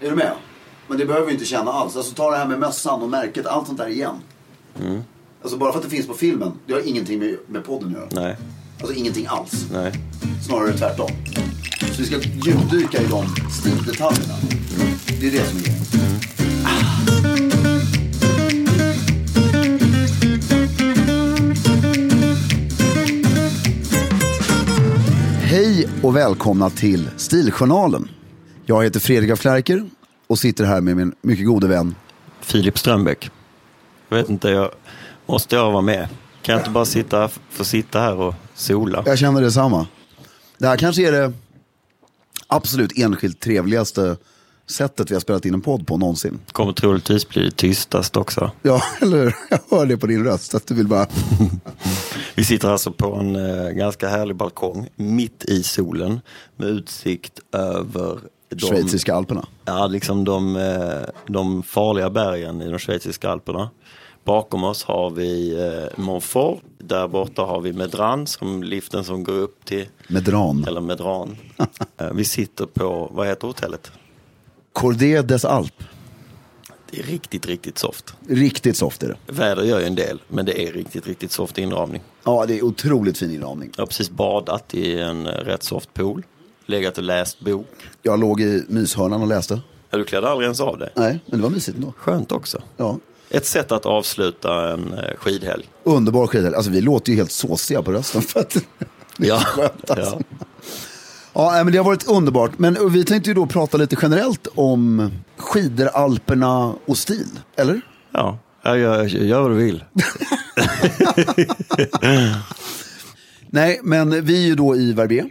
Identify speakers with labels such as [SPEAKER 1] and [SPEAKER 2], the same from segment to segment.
[SPEAKER 1] Är du med? Men det behöver vi inte känna alls. Alltså ta det här med mössan och märket, allt sånt där igen.
[SPEAKER 2] Mm.
[SPEAKER 1] Alltså bara för att det finns på filmen, det har ingenting med, med podden att göra.
[SPEAKER 2] Nej,
[SPEAKER 1] Alltså ingenting alls.
[SPEAKER 2] nej.
[SPEAKER 1] Snarare tvärtom. Så vi ska djupdyka i de stildetaljerna. Det är det som är grejen. Hej och välkomna till Stiljournalen. Jag heter Fredrik af Klerker och sitter här med min mycket gode vän.
[SPEAKER 2] Filip Strömbäck. Jag vet inte, jag måste jag vara med? Kan jag inte bara sitta, få sitta här och sola?
[SPEAKER 1] Jag känner detsamma. Det här kanske är det absolut enskilt trevligaste sättet vi har spelat in en podd på någonsin.
[SPEAKER 2] Kommer troligtvis bli det tystast också.
[SPEAKER 1] Ja, eller hur? Jag hör det på din röst att du vill bara...
[SPEAKER 2] Vi sitter alltså på en eh, ganska härlig balkong mitt i solen med utsikt över de,
[SPEAKER 1] Schweiziska alperna.
[SPEAKER 2] ja, liksom de, eh, de farliga bergen i de schweiziska alperna. Bakom oss har vi eh, Montfort. Där borta har vi Medran, som liften som går upp till,
[SPEAKER 1] Med dran.
[SPEAKER 2] eller Medran. Eh, Vi sitter på, vad heter hotellet?
[SPEAKER 1] Cordé des Alp.
[SPEAKER 2] Det är riktigt, riktigt soft.
[SPEAKER 1] Riktigt soft är det.
[SPEAKER 2] Väder gör ju en del, men det är riktigt, riktigt soft inramning.
[SPEAKER 1] Ja, det är otroligt fin inramning.
[SPEAKER 2] Jag har precis badat i en eh, rätt soft pool. Legat och läst bok.
[SPEAKER 1] Jag låg i myshörnan och läste.
[SPEAKER 2] Ja, Du klädde aldrig ens av det.
[SPEAKER 1] Nej, men det var mysigt ändå.
[SPEAKER 2] Skönt också.
[SPEAKER 1] Ja.
[SPEAKER 2] Ett sätt att avsluta en eh, skidhelg.
[SPEAKER 1] Underbar skidhelg. Alltså vi låter ju helt såsiga på rösten för att... Det är så skönt alltså.
[SPEAKER 2] ja.
[SPEAKER 1] Ja, nej, men det har varit underbart. Men och vi tänkte ju då prata lite generellt om skidor, Alperna och stil. Eller?
[SPEAKER 2] ja. Ja, gör, gör vad du vill.
[SPEAKER 1] Nej, men vi är ju då i Verbier.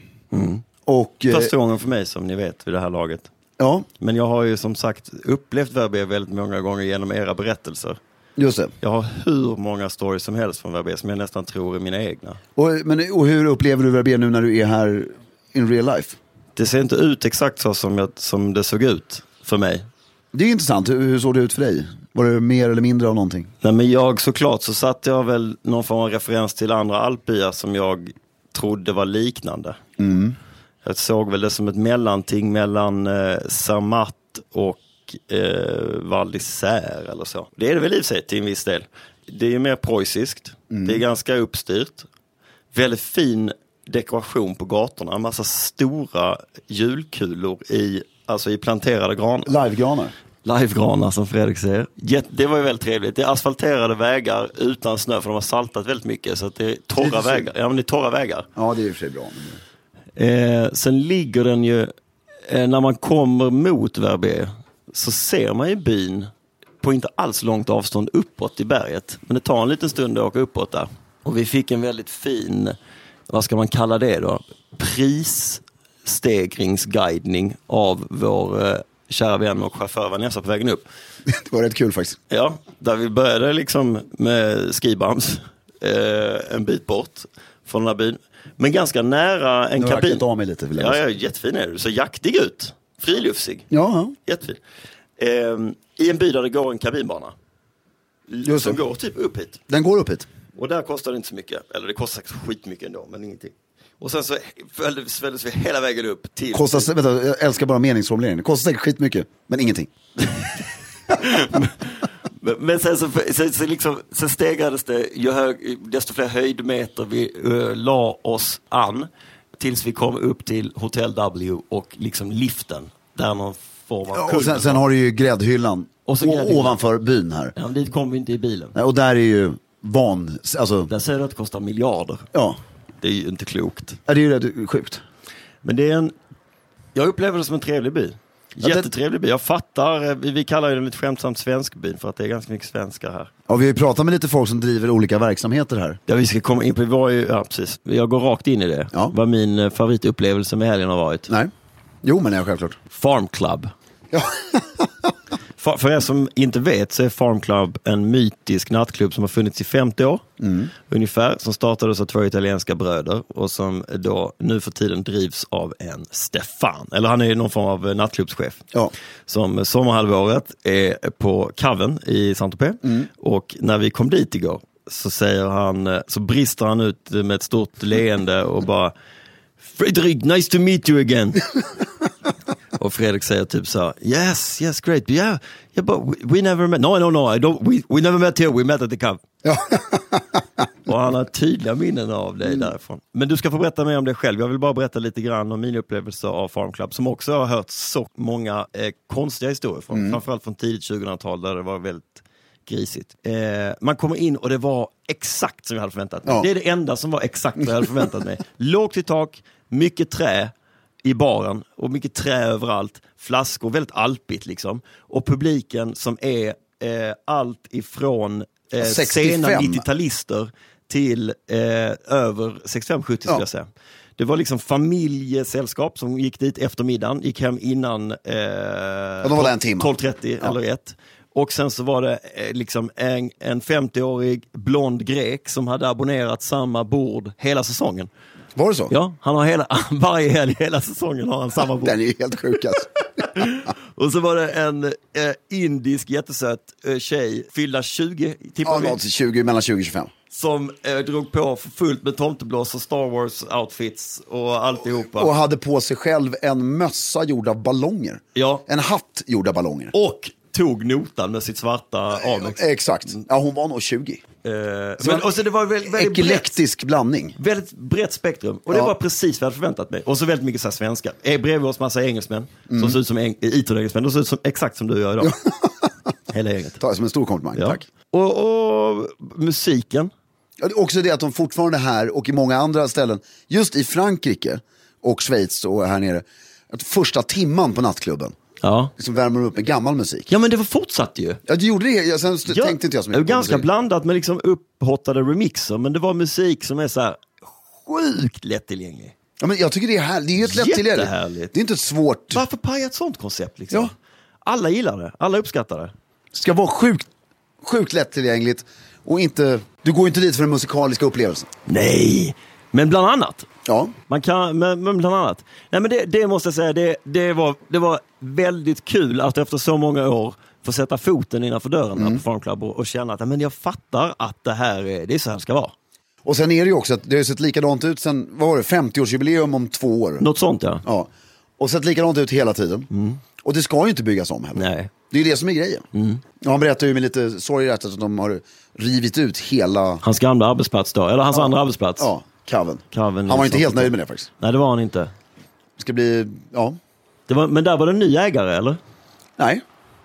[SPEAKER 1] Och... eh,
[SPEAKER 2] Första gången för mig som ni vet vid det här laget.
[SPEAKER 1] Ja,
[SPEAKER 2] Men jag har ju som sagt upplevt Verbier väldigt många gånger genom era berättelser.
[SPEAKER 1] just det.
[SPEAKER 2] Jag har hur många stories som helst från Verbier som jag nästan tror är mina egna.
[SPEAKER 1] Och, men, och hur upplever du Verbier nu när du är här in real life?
[SPEAKER 2] Det ser inte ut exakt så som, jag, som det såg ut för mig
[SPEAKER 1] Det är intressant. Hur, hur såg det ut för dig? Var det mer eller mindre av någonting?
[SPEAKER 2] Nej, men jag såklart så satte jag väl någon form av referens till andra alpbyar som jag trodde var liknande. Jag såg väl det som ett mellanting mellan eh, Zermatt och eh, Val d'Isère eller så. Det är det väl i och för sig till en viss del. Det är ju mer preussiskt. Det är ganska uppstyrt. Väldigt fin dekoration på gatorna. En massa stora julkulor i, alltså i planterade granar.
[SPEAKER 1] Livegranar.
[SPEAKER 2] Livegranar som Fredrik säger. Jätte- det var ju väldigt trevligt. Det är asfalterade vägar utan snö för de har saltat väldigt mycket. Så att det är
[SPEAKER 1] Det
[SPEAKER 2] torra
[SPEAKER 1] är så-
[SPEAKER 2] vägar. Ja, men det är torra vägar.
[SPEAKER 1] Ja, det är i och för sig bra. men det-
[SPEAKER 2] Eh, sen ligger den ju, eh, när man kommer mot Verbier
[SPEAKER 3] så ser man ju byn på inte alls långt avstånd uppåt i berget. Men det tar en liten stund att åka uppåt där. Och vi fick en väldigt fin, vad ska man kalla det då, prisstegringsguidning av vår eh, kära vän och chaufför Vanessa på vägen upp.
[SPEAKER 1] Det var rätt kul faktiskt.
[SPEAKER 3] Ja, där vi började liksom med skibams eh, en bit bort från den här byn. Men ganska nära en
[SPEAKER 1] Nu har jag
[SPEAKER 3] kabin.
[SPEAKER 1] klätt av mig lite. Vill jag
[SPEAKER 3] Ja,
[SPEAKER 1] säga.
[SPEAKER 3] ja, jättefin är du. Så jaktig ut. Friluftsig.
[SPEAKER 4] Ja,
[SPEAKER 3] Jättefin. Ehm, I en by där det går en kabinbana.
[SPEAKER 1] Just
[SPEAKER 3] som
[SPEAKER 1] det.
[SPEAKER 3] går typ upp hit.
[SPEAKER 1] Den går upp hit.
[SPEAKER 3] Och där kostar det inte så mycket. Eller det kostar säkert skitmycket ändå, men ingenting. Och sen så följde- svälldes vi hela vägen upp till...
[SPEAKER 1] Kostar, vänta, jag älskar bara meningsformuleringen. Det kostar säkert skitmycket, men ingenting.
[SPEAKER 3] Men- Men sen, så, sen, så liksom, sen stegrades det, ju hög, desto fler höjdmeter vi uh, la oss an. Tills vi kom upp till Hotel W och liksom liften. Där någon form av
[SPEAKER 1] Ja,
[SPEAKER 3] kulle.
[SPEAKER 1] och sen, sen har du ju gräddhyllan
[SPEAKER 3] Och så
[SPEAKER 1] o-
[SPEAKER 3] gräddhyllan.
[SPEAKER 1] ovanför byn här.
[SPEAKER 3] Ja, men dit kom vi inte i bilen.
[SPEAKER 1] Nej, Och där är ju van... Alltså,
[SPEAKER 3] Där säger du att det kostar miljarder.
[SPEAKER 1] ja.
[SPEAKER 3] Det är ju inte klokt.
[SPEAKER 1] Ja, Det är ju rätt sjukt.
[SPEAKER 3] Men det är en... Jag upplever det som en trevlig by.
[SPEAKER 1] det-
[SPEAKER 3] Jättetrevlig by. Jag fattar, eh, vi, vi kallar ju den lite skämtsamt svenskbyn för att det är ganska mycket svenskar här.
[SPEAKER 1] Ja, vi har ju pratat med lite folk som driver olika verksamheter här.
[SPEAKER 3] Ja, vi ska komma in på, vi var ju, ja precis. Jag går rakt in i det.
[SPEAKER 1] Ja.
[SPEAKER 3] Vad min eh, favoritupplevelse med helgen har varit.
[SPEAKER 1] Nej. Jo, men ja, självklart.
[SPEAKER 3] Farm Club.
[SPEAKER 1] Ja.
[SPEAKER 3] För, för er som inte vet så är Farm Club en mytisk nattklubb som har funnits i 50 år
[SPEAKER 1] Mm.
[SPEAKER 3] ungefär. Som startades av två italienska bröder och som då nu för tiden drivs av en Stefan. Eller han är ju någon form av eh, nattklubbschef.
[SPEAKER 1] Ja.
[SPEAKER 3] Som sommarhalvåret är på Caven i Saint-Tropez.
[SPEAKER 1] Mm.
[SPEAKER 3] Och när vi kom dit igår så, säger han, eh, så brister han ut med ett stort leende och bara Fredrik, nice to meet you again. Och Fredrik säger typ så här, yes, yes, great, but yeah, yeah but we, we never met, no, no, no, I don't, we, we never met here, we met at the Cub. och han har tydliga minnen av dig därifrån. Men du ska få berätta mer om det själv, jag vill bara berätta lite grann om min upplevelse av Farm Club, som också har hört så många eh, konstiga historier från, framförallt från tidigt 2000-tal där det var väldigt grisigt. Eh, man kommer in och det var exakt som jag hade förväntat mig.
[SPEAKER 1] Ja.
[SPEAKER 3] Det är det enda som var exakt vad jag hade förväntat mig. Lågt i tak, mycket trä i baren och mycket trä överallt. Flaskor, väldigt alpigt liksom. Och publiken som är eh, allt ifrån eh,
[SPEAKER 1] 65.
[SPEAKER 3] sena 90-talister till eh, över 65-70 skulle
[SPEAKER 1] Ja.
[SPEAKER 3] jag säga. Det var liksom familjesällskap som gick dit efter middagen, gick hem innan eh,
[SPEAKER 1] de var där en timme.
[SPEAKER 3] 12.30 eller 1. Och sen så var det eh, liksom en, en 50-årig blond grek som hade abonnerat samma bord hela säsongen.
[SPEAKER 1] Var det så?
[SPEAKER 3] Ja, han har hela, varje helg hela säsongen har han samma bord.
[SPEAKER 1] Den är ju helt sjuk alltså.
[SPEAKER 3] Och så var det en eh, indisk jättesöt eh, tjej, fyllda 20
[SPEAKER 1] ja,
[SPEAKER 3] tippar vi,
[SPEAKER 1] något 20, mellan 20 och 25.
[SPEAKER 3] som eh, drog på för fullt med tomteblås och Star Wars-outfits och alltihopa.
[SPEAKER 1] Och hade på sig själv en mössa gjord av ballonger.
[SPEAKER 3] Ja.
[SPEAKER 1] En hatt gjord av ballonger.
[SPEAKER 3] Och tog notan med sitt svarta Amex.
[SPEAKER 1] Exakt. Ja, hon var nog 20.
[SPEAKER 3] Eh, men, och så det var väldigt, väldigt brett
[SPEAKER 1] Eklektisk blandning.
[SPEAKER 3] Väldigt brett spektrum. Och det
[SPEAKER 1] Ja.
[SPEAKER 3] var precis vad jag hade förväntat mig. Och så väldigt mycket så här svenska. Eh, Bredvid oss massa engelsmän
[SPEAKER 1] Mm.
[SPEAKER 3] som ser ut som eng- IT-engelsmän. De ser ut som, exakt som du gör idag. Hela gänget.
[SPEAKER 1] Ta det som en stor komplimang.
[SPEAKER 3] Ja.
[SPEAKER 1] Tack.
[SPEAKER 3] Och, och musiken.
[SPEAKER 1] Ja, det är Också det att de fortfarande här och i många andra ställen, just i Frankrike och Schweiz och här nere, att första timman på nattklubben
[SPEAKER 3] Ja.
[SPEAKER 1] liksom värmer de upp med gammal musik.
[SPEAKER 3] ja, men det var fortsatte ju.
[SPEAKER 1] Ja, du gjorde det, jag, sen st-
[SPEAKER 3] Ja,
[SPEAKER 1] tänkte inte jag så
[SPEAKER 3] det var
[SPEAKER 1] mycket på
[SPEAKER 3] Ganska
[SPEAKER 1] musik.
[SPEAKER 3] blandat med liksom upphottade remixer. Men det var musik som är så här sjukt lättillgänglig.
[SPEAKER 1] ja, men Jag tycker det är härligt, det är ju ett lättillgängligt.
[SPEAKER 3] Jättehärligt.
[SPEAKER 1] Det är inte ett svårt,
[SPEAKER 3] Varför paja ett sånt koncept? Liksom?
[SPEAKER 1] Ja.
[SPEAKER 3] Alla gillar det, alla uppskattar det.
[SPEAKER 1] ska vara sjukt, sjukt lättillgängligt och inte, du går ju inte dit för den musikaliska upplevelsen.
[SPEAKER 3] Nej, men bland annat.
[SPEAKER 1] Ja,
[SPEAKER 3] Man kan, men, men bland annat. Nej, men det, det måste jag säga, det, det, var, det var väldigt kul att efter så många år få sätta foten innanför dörren
[SPEAKER 1] Mm.
[SPEAKER 3] här på Farm Club och, och känna att "Ja, men jag fattar att det här är, det är så här det ska vara.
[SPEAKER 1] och sen är det ju också att det har ju sett likadant ut sen, vad var det, 50-årsjubileum om två år.
[SPEAKER 3] Något sånt ja.
[SPEAKER 1] Ja. Och sett likadant ut hela tiden. Och det ska ju inte byggas om heller.
[SPEAKER 3] Nej.
[SPEAKER 1] Det är ju det som är grejen. Och han berättar ju med lite sorg i hjärtat att de har rivit ut hela
[SPEAKER 3] Hans gamla arbetsplats då, eller hans andra arbetsplats.
[SPEAKER 1] ja, kaven.
[SPEAKER 3] Caven
[SPEAKER 1] Han var
[SPEAKER 3] är
[SPEAKER 1] inte
[SPEAKER 3] sant.
[SPEAKER 1] helt nöjd med det faktiskt.
[SPEAKER 3] Nej, det var han inte.
[SPEAKER 1] Det ska bli, ja,
[SPEAKER 3] Det var, men där var det en ny ägare eller?
[SPEAKER 1] nej.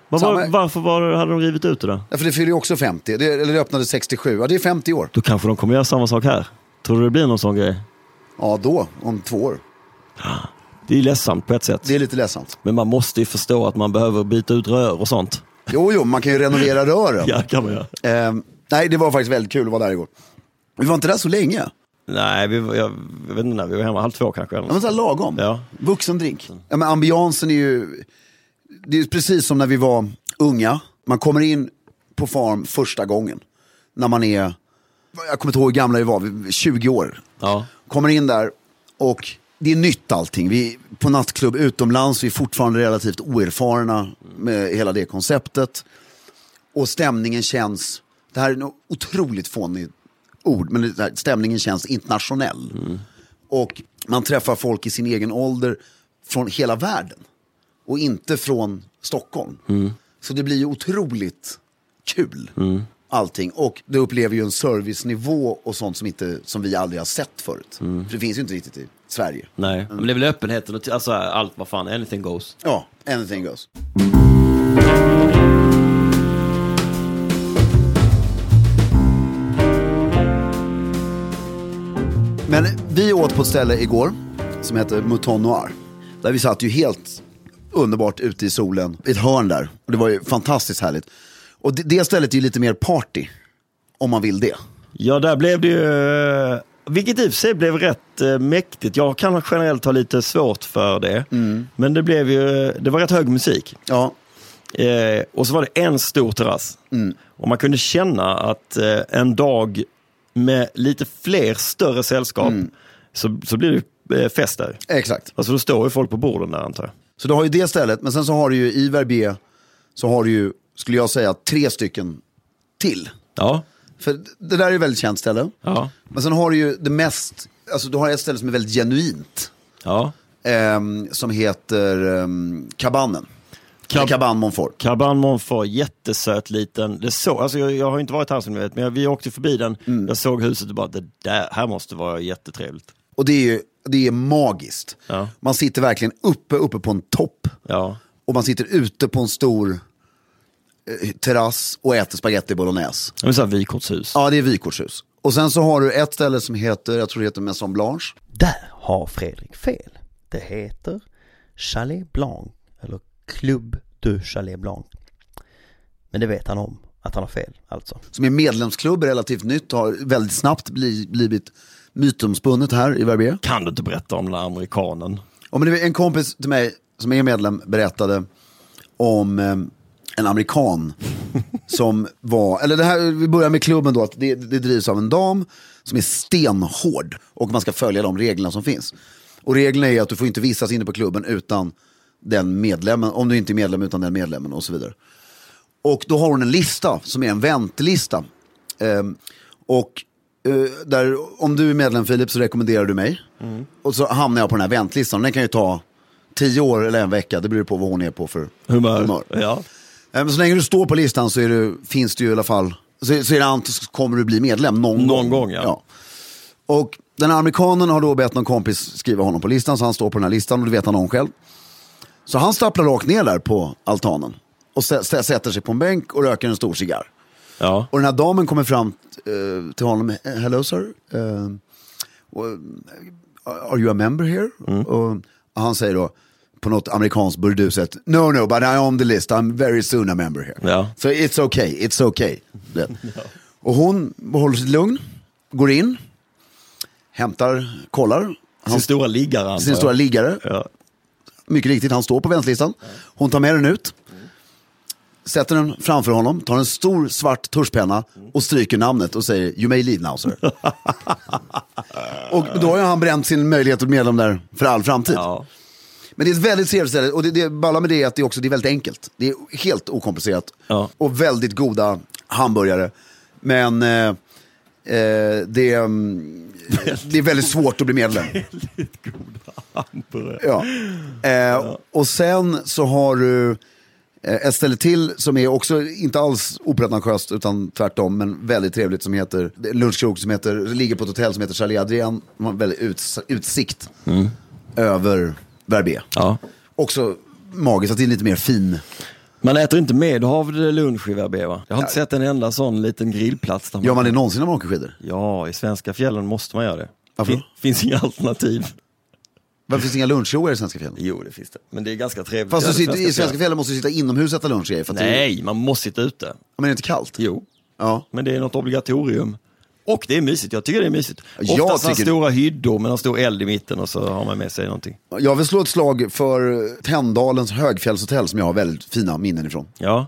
[SPEAKER 3] Vad var,
[SPEAKER 1] Samma-
[SPEAKER 3] varför var, det- hade de rivit ut det då?
[SPEAKER 1] Därför det fyller ju också 50, det, eller det öppnade 67, ja det är 50 år.
[SPEAKER 3] Då kanske de kommer göra samma sak här. Tror du det blir någon sån grej?
[SPEAKER 1] Ja då, om två år.
[SPEAKER 3] Det är ledsamt på ett sätt.
[SPEAKER 4] Det är lite ledsamt.
[SPEAKER 3] Men man måste ju förstå att man behöver byta ut rör och sånt.
[SPEAKER 4] Jo, jo, man kan ju renovera rören.
[SPEAKER 3] Ja, kan man göra.
[SPEAKER 4] Ehm, nej, det var faktiskt väldigt kul att vara där igår. Vi var inte där så länge.
[SPEAKER 3] Nej, vi, var- jag, jag vet inte när, vi var hemma halv två kanske. Eller
[SPEAKER 4] Ja, men så här lagom.
[SPEAKER 3] Ja.
[SPEAKER 4] Vuxendrink. Ja, men ambiansen är ju... Det är ju precis som när vi var unga. Man kommer in på farm första gången. När man är... Jag kommer inte ihåg hur gamla vi var, vi- 20 år.
[SPEAKER 3] ja.
[SPEAKER 4] Kommer in där och det är nytt allting. Vi är på nattklubb utomlands, vi är fortfarande relativt oerfarna med hela det konceptet. Och stämningen känns, det här är nog otroligt fånigt ord, men det här, stämningen känns internationell. Och man träffar folk i sin egen ålder från hela världen och inte från Stockholm. Så det blir ju otroligt kul allting. Och det upplever ju en servicenivå och sånt som, inte, som vi aldrig har sett förut. För det finns ju inte riktigt i Sverige.
[SPEAKER 3] Nej, men det är väl öppenheten och t- alltså, allt vad fan, anything goes.
[SPEAKER 4] Ja, anything goes. Men vi åt på ett ställe igår som heter Mouton Noir. Där vi satt ju helt underbart ute i solen i ett hörn där. Och det var ju fantastiskt härligt. Och det, det stället är ju lite mer party. Om man vill det.
[SPEAKER 3] Ja, där blev det ju... eh, Vilket i och för sig blev rätt eh, mäktigt. Jag kan generellt ha lite svårt för det. Men det blev ju... Det var rätt hög musik.
[SPEAKER 4] Ja,
[SPEAKER 3] Eh, och så var det en stor terrass.
[SPEAKER 4] Mm.
[SPEAKER 3] Och man kunde känna att eh, en dag med lite fler större sällskap
[SPEAKER 4] Mm.
[SPEAKER 3] så, så blir det ju, eh, fest där.
[SPEAKER 4] exakt.
[SPEAKER 3] Alltså då står ju folk på borden där antar jag.
[SPEAKER 4] Så du har ju det stället, men sen så har du ju i Verbier, så har du ju, skulle jag säga, tre stycken till.
[SPEAKER 3] Ja.
[SPEAKER 4] För det där är ett väldigt känt ställe.
[SPEAKER 3] Ja.
[SPEAKER 4] Men sen har du ju det mest, alltså du har ett ställe som är väldigt genuint.
[SPEAKER 3] Ja.
[SPEAKER 4] ehm, som heter ehm, Cabannen. Eller Caban Monfort.
[SPEAKER 3] Caban Monfort, jättesöt liten. Det så, alltså jag, jag har inte varit här som ni vet, men jag, vi åkte förbi den.
[SPEAKER 4] Mm.
[SPEAKER 3] Jag såg huset och bara, det där, här måste vara jättetrevligt.
[SPEAKER 4] Och det är ju det är magiskt.
[SPEAKER 3] Ja.
[SPEAKER 4] Man sitter verkligen uppe, uppe på en topp.
[SPEAKER 3] Ja.
[SPEAKER 4] Och man sitter ute på en stor eh, terrass och äter spagetti bolognese.
[SPEAKER 3] Det är så här vykortshus.
[SPEAKER 4] Ja, det är vykortshus. Och sen så har du ett ställe som heter, jag tror det heter Maison Blanche.
[SPEAKER 5] Där har Fredrik fel. Det heter Chalet Blanc eller Club du Chalet Blanc. Men det vet han om att han har fel alltså.
[SPEAKER 4] som är medlemsklubb, relativt nytt, har väldigt snabbt bli, blivit mytomspunnet här i Verbier.
[SPEAKER 3] Kan du inte berätta om den där amerikanen?
[SPEAKER 4] Ja, men det var en kompis till mig som är medlem berättade om eh, en amerikan som var, eller det här, vi börjar med klubben då, att det, det drivs av en dam som är stenhård och man ska följa de reglerna som finns. Och reglerna är att du får inte vistas inne på klubben utan den medlemmen, om du inte är medlem utan den medlemmen och så vidare. Och då har hon en lista som är en väntelista. Ehm, och eh, där, om du är medlem Filip så rekommenderar du mig. Och så hamnar jag på den här väntlistan. Den kan ju ta tio år eller en vecka. Det beror på vad hon är på för
[SPEAKER 3] Humör.
[SPEAKER 4] humör.
[SPEAKER 3] Ja.
[SPEAKER 4] Eh, Men så länge du står på listan så är du, finns det ju i alla fall, så, så är det antas kommer du bli medlem någon, gång.
[SPEAKER 3] Någon gång, ja.
[SPEAKER 4] Och den här amerikanen har då bett någon kompis skriva honom på listan, så han står på den här listan och det vet han om själv. Så han stapplar rakt ner där på altanen och sä- sä- sätter sig på en bänk och röker en stor cigarr.
[SPEAKER 3] Ja.
[SPEAKER 4] Och den här damen kommer fram eh, till honom, hello sir, eh, och- eh, are you a member here? Och han säger då, på något amerikanskt burdus sätt, no no but I'm on the list, I'm very soon a member here.
[SPEAKER 3] Ja.
[SPEAKER 4] So it's okay, it's okay. Du vet. Och hon håller sitt lugn, går in, hämtar, kollar,
[SPEAKER 3] Sin stora liggare antar
[SPEAKER 4] sin
[SPEAKER 3] jag.
[SPEAKER 4] stora liggare,
[SPEAKER 3] ja.
[SPEAKER 4] mycket riktigt, han står på väntelistan. Hon tar med den ut, sätter den framför honom, tar en stor svart tuschpenna och stryker namnet och säger “You may leave now sir”. och då har ju han bränt sin möjlighet att bli medlem där för all framtid.
[SPEAKER 3] Ja.
[SPEAKER 4] Men det är ett väldigt trevligt ställe och det, det balla med det är att det också det är väldigt enkelt. Det är helt okomplicerat
[SPEAKER 3] Ja.
[SPEAKER 4] och väldigt goda hamburgare. Men eh, eh, det, är, mm, det är väldigt svårt att bli medlem. Ja. Eh, Och sen så har du eh, ett ställe till som är också inte alls opretentiöst utan tvärtom men väldigt trevligt som heter det är en lunchkrog som heter, ligger på ett hotell som heter Chalet Adrien. De har en väldigt uts- utsikt över Verbier.
[SPEAKER 3] Ja.
[SPEAKER 4] Också magiskt att det är lite mer fin.
[SPEAKER 3] Man äter inte medhavd lunch i Verbier va? Jag har inte sett en enda sån liten grillplats. Där man...
[SPEAKER 4] Gör man det någonsin när man åker skidor?
[SPEAKER 3] Ja, i svenska fjällen måste man göra det.
[SPEAKER 4] Varför då?
[SPEAKER 3] Fin- finns inga alternativ.
[SPEAKER 4] Varför finns det inga lunchjoer i svenska fjällen?
[SPEAKER 3] Jo, det finns det. Men det är ganska trevligt.
[SPEAKER 4] Fast
[SPEAKER 3] Ja,
[SPEAKER 4] du sitter,
[SPEAKER 3] det svenska
[SPEAKER 4] i svenska
[SPEAKER 3] fjällen.
[SPEAKER 4] fjällen måste du sitta inomhus och äta lunch i. För att Det,
[SPEAKER 3] Nej, man måste sitta ute.
[SPEAKER 4] Ja, men det är inte kallt.
[SPEAKER 3] Jo,
[SPEAKER 4] Ja.
[SPEAKER 3] men det är något obligatorium. Och det är mysigt, jag tycker det är mysigt.
[SPEAKER 4] Jag
[SPEAKER 3] Oftast sådana
[SPEAKER 4] tycker-
[SPEAKER 3] stora hyddor med någon stor eld i mitten och så har man med sig någonting.
[SPEAKER 4] Jag vill slå ett slag för Tändalens högfjällshotell som jag har väldigt fina minnen ifrån.
[SPEAKER 3] Ja,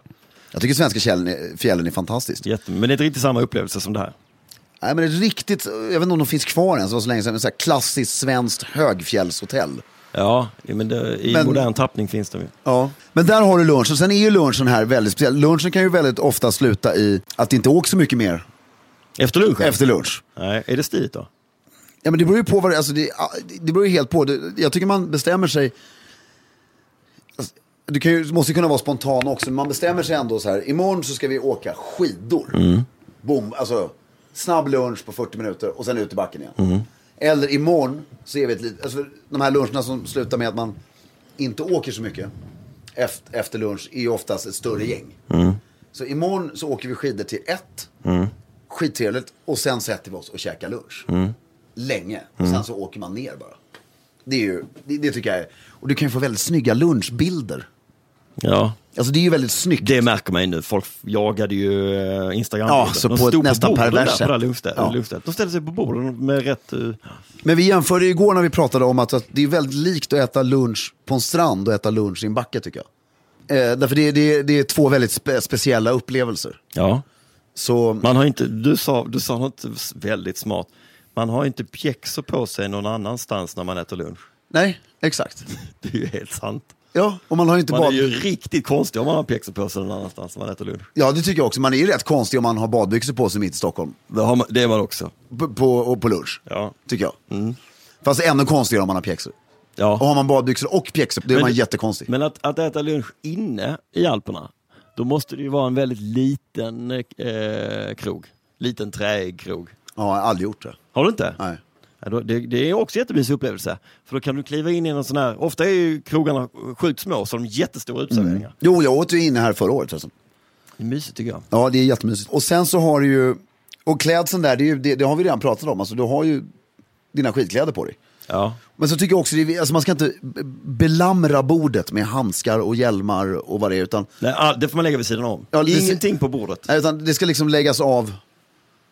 [SPEAKER 4] Jag tycker svenska fjällen är, fjällen är fantastiskt.
[SPEAKER 3] jätte... men det är inte riktigt samma upplevelse som det här.
[SPEAKER 4] Nej, men det är riktigt, jag vet inte om de finns kvar än, så det var så länge sedan, men så här klassiskt svenskt högfjällshotell.
[SPEAKER 3] Ja, men det, i
[SPEAKER 4] Men-
[SPEAKER 3] modern tappning finns de ju.
[SPEAKER 4] Ja. Men där har du lunchen, sen är ju lunchen här väldigt speciell. Lunchen kan ju väldigt ofta sluta i att det inte åker så mycket mer
[SPEAKER 3] Efter lunchen?
[SPEAKER 4] efter lunch.
[SPEAKER 3] Nej, är det stiligt då?
[SPEAKER 4] Ja, men det beror ju på vad det, alltså det, det beror ju helt på. Det, jag tycker man bestämmer sig. Alltså, Du kan ju, du måste ju kunna vara spontan också, men man bestämmer sig ändå så här. Imorgon så ska vi åka skidor. Boom, alltså snabb lunch på 40 minuter och sen ut i backen igen. Eller imorgon så är vi ett litet, alltså de här luncherna som slutar med att man inte åker så mycket efter, efter lunch är ju oftast ett större gäng. Så imorgon så åker vi skidor till ett, skittrevligt, och sen sätter vi oss och käkar lunch länge.
[SPEAKER 3] Mm.
[SPEAKER 4] Och sen så åker man ner bara. Det, är ju, det, det tycker jag är. Och du kan ju få väldigt snygga lunchbilder.
[SPEAKER 3] Ja,
[SPEAKER 4] Alltså det är ju väldigt snyggt.
[SPEAKER 3] det märker man ju nu. Folk jagade ju eh, instagram
[SPEAKER 4] Ja, så
[SPEAKER 3] De
[SPEAKER 4] på ett
[SPEAKER 3] stod
[SPEAKER 4] nästan
[SPEAKER 3] borden
[SPEAKER 4] perverst
[SPEAKER 3] där, på det här
[SPEAKER 4] sätt.
[SPEAKER 3] lunchstället.
[SPEAKER 4] Ja.
[SPEAKER 3] lunchstället. De ställde sig på borden med rätt... eh,
[SPEAKER 4] Men vi jämförde ju igår när vi pratade om att, att det är väldigt likt att äta lunch på en strand och äta lunch i en backe tycker jag. Eh, därför det, det, det är två väldigt spe, speciella upplevelser.
[SPEAKER 3] Ja,
[SPEAKER 4] Så,
[SPEAKER 3] man har inte... Du sa, du sa något väldigt smart. Man har inte pjäxor på sig någon annanstans när man äter lunch.
[SPEAKER 4] nej, exakt.
[SPEAKER 3] Det är ju helt sant.
[SPEAKER 4] Ja, och man har ju inte
[SPEAKER 3] Man är
[SPEAKER 4] bad...
[SPEAKER 3] ju riktigt konstig om man har pjäxor på sig någon annanstans när man äter lunch.
[SPEAKER 4] Ja, det tycker jag också. Man är ju rätt konstig om man har badbyxor på sig mitt i Stockholm.
[SPEAKER 3] Det, har man, det är man också.
[SPEAKER 4] På, på, och på lunch,
[SPEAKER 3] Ja.
[SPEAKER 4] tycker jag.
[SPEAKER 3] Mm.
[SPEAKER 4] Fast ännu konstigare om man har pjäxor.
[SPEAKER 3] Ja.
[SPEAKER 4] Och har man badbyxor och pjäxor, då är
[SPEAKER 3] Men-
[SPEAKER 4] man jättekonstig.
[SPEAKER 3] Men att, att äta lunch inne i Alperna, då måste det ju vara en väldigt liten eh, krog. Liten träig krog.
[SPEAKER 4] Ja, jag har aldrig gjort det.
[SPEAKER 3] Har du inte?
[SPEAKER 4] Nej.
[SPEAKER 3] Ja, då, det, det är också en jättemysig upplevelse. För då kan du kliva in i någon sån här, ofta är ju krogarna sjukt små så de är jättestora utserveringar.
[SPEAKER 4] Jo, jag åt ju inne här förra året. Alltså.
[SPEAKER 3] Mm. Det är mysigt tycker jag.
[SPEAKER 4] Ja, det är jättemysigt. Och sen så har du ju, och klädseln där, det, är ju, det, det har vi redan pratat om. Alltså, du har ju dina skitkläder på dig.
[SPEAKER 3] Ja.
[SPEAKER 4] Men så tycker jag också, det, är- alltså, man ska inte be- belamra bordet med handskar och hjälmar och vad det är. Utan,
[SPEAKER 3] Nej, all- det får man lägga vid sidan om.
[SPEAKER 4] Ja, det-
[SPEAKER 3] Ingenting på bordet.
[SPEAKER 4] nej, utan det ska liksom läggas av,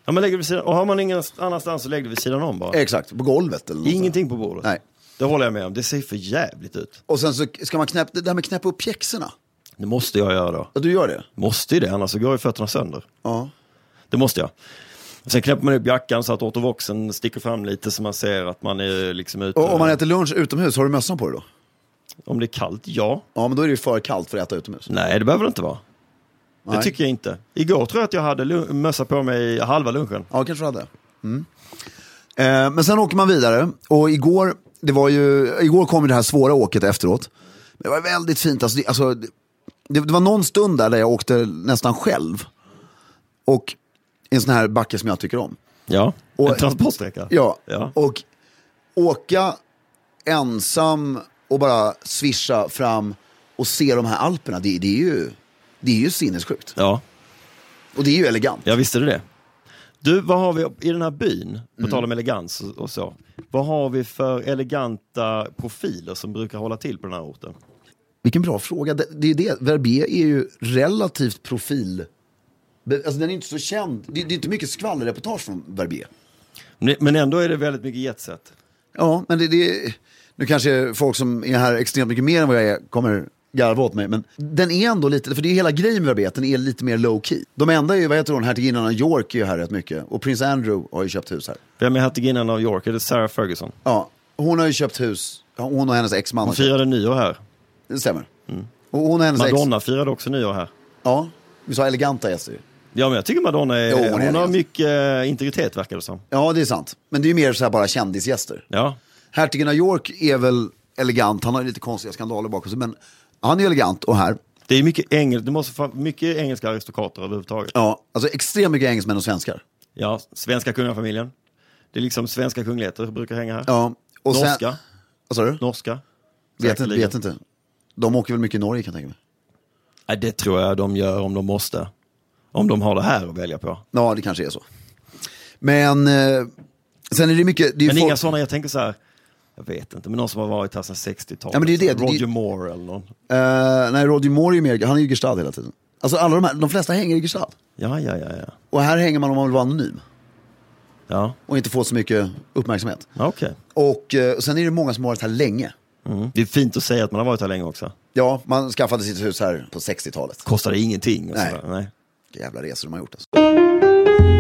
[SPEAKER 3] Ja, man lägger vid sidan, och har man ingen annanstans så lägger du vid sidan om bara.
[SPEAKER 4] exakt, på golvet eller något sånt.
[SPEAKER 3] Eh, Ingenting på bordet.
[SPEAKER 4] Nej.
[SPEAKER 3] Det håller jag med om. Det ser för jävligt ut.
[SPEAKER 4] Och sen så ska man knäppa, det där med knäppa upp pjäxorna.
[SPEAKER 3] Det måste jag göra då.
[SPEAKER 4] Ja, du gör det?
[SPEAKER 3] Måste ju det, annars så går ju fötterna sönder.
[SPEAKER 4] Ja.
[SPEAKER 3] Det måste jag. Sen knäpper man upp jackan så att ortovoxen sticker fram lite så man ser att man är liksom ute.
[SPEAKER 4] Och om man äter lunch utomhus, har du mössan på dig då?
[SPEAKER 3] Om det är kallt, ja.
[SPEAKER 4] Ja, men då är det ju för kallt för att äta utomhus.
[SPEAKER 3] Nej, det behöver det inte vara. Det
[SPEAKER 4] Nej.
[SPEAKER 3] tycker jag inte. Igår tror jag att jag hade lu- mössa på mig halva lunchen.
[SPEAKER 4] Ja, kanske du hade. Mm. Eh, men sen åker man vidare och igår, det var ju, igår kom ju det här svåra åket efteråt. Men Det var väldigt fint. Alltså, det, alltså, det, det var någon stund där, där jag åkte nästan själv. Och i en sån här backe som jag tycker om.
[SPEAKER 3] Ja, en
[SPEAKER 4] Och-
[SPEAKER 3] transportsträcka.
[SPEAKER 4] Ja,
[SPEAKER 3] ja.
[SPEAKER 4] och åka ensam och bara svischa fram och se de här alperna. Det, det, är, ju, det är ju sinnessjukt.
[SPEAKER 3] ja.
[SPEAKER 4] Och det är ju elegant.
[SPEAKER 3] Jag visste du det. Du, vad har vi i den här byn, på tal om elegans och, och så, vad har vi för eleganta profiler som brukar hålla till på den här orten?
[SPEAKER 4] Vilken bra fråga. Det, det är det. Verbier är ju relativt profil... be- Alltså den är inte så känd. Det, det är inte mycket skvallerreportage från E. Verbier.
[SPEAKER 3] Men- Men ändå är det väldigt mycket jetset.
[SPEAKER 4] Ja, men det, det Nu kanske folk som är här extremt mycket mer än vad jag är kommer garva åt mig. Men den är ändå lite, för det är hela grejen med Verbier, att den är lite mer low key. De enda är ju, vad heter hon, hertiginnan av York är ju här rätt mycket. Och prins Andrew har ju köpt hus här.
[SPEAKER 3] Vem är hertiginnan av York? Är det Sarah Ferguson?
[SPEAKER 4] Ja, hon har ju köpt hus. Hon och hennes exman. har
[SPEAKER 3] Hon
[SPEAKER 4] köpt-
[SPEAKER 3] firade nyår här.
[SPEAKER 4] Det stämmer. Och hon och hennes ex...
[SPEAKER 3] Madonna firade också nyår här.
[SPEAKER 4] Ja, vi sa eleganta gäster ju.
[SPEAKER 3] Ja, men jag tycker Madonna är,
[SPEAKER 4] Jo, hon är
[SPEAKER 3] hon, har
[SPEAKER 4] elegant.
[SPEAKER 3] mycket eh, integritet verkar det som.
[SPEAKER 4] Ja, det är sant. Men det är ju mer så här bara kändisgäster.
[SPEAKER 3] Ja,
[SPEAKER 4] Hertigen av York är väl elegant, han har ju lite konstiga skandaler bakom sig, men han är ju elegant och här.
[SPEAKER 3] det är mycket, engel, det måste fan, mycket engelska aristokrater överhuvudtaget. Ja.
[SPEAKER 4] Ja, alltså extremt mycket engelsmän och svenskar.
[SPEAKER 3] svenska kungafamiljen. Det är liksom svenska kungligheter brukar hänga här.
[SPEAKER 4] Ja, och sen-
[SPEAKER 3] Norska.
[SPEAKER 4] Vad sa du?
[SPEAKER 3] Norska.
[SPEAKER 4] Vet inte,
[SPEAKER 3] Säkerligen.
[SPEAKER 4] vet inte. De åker väl mycket i Norge kan jag tänka mig.
[SPEAKER 3] Nej, det tror jag de gör om de måste. Om de har det här att välja på.
[SPEAKER 4] Ja, det kanske är så. Men eh, sen är det mycket... Det är ju
[SPEAKER 3] Men
[SPEAKER 4] folk-
[SPEAKER 3] inga sådana, jag tänker så här, jag vet inte, men någon som har varit här sedan 60-talet.
[SPEAKER 4] Ja, men det är ju det.
[SPEAKER 3] Roger
[SPEAKER 4] Det är-
[SPEAKER 3] Moore eller någon.
[SPEAKER 4] Eh, nej, Roger Moore är ju mer, han är ju Gestad hela tiden. Alltså alla de här, de flesta hänger i Gestad.
[SPEAKER 3] Ja, ja, ja. ja.
[SPEAKER 4] Och här hänger man om man vill vara anonym.
[SPEAKER 3] ja.
[SPEAKER 4] Och inte få så mycket uppmärksamhet.
[SPEAKER 3] ja okej.
[SPEAKER 4] Och, eh, och sen är det många som har varit här länge.
[SPEAKER 3] Mm. Det är fint att säga att man har varit här länge också.
[SPEAKER 4] Ja, man skaffade sitt hus här på 60-talet.
[SPEAKER 3] Kostade ingenting. Och
[SPEAKER 4] Nej.
[SPEAKER 3] sådär. Nej.
[SPEAKER 4] Vilka jävla resor de har gjort alltså.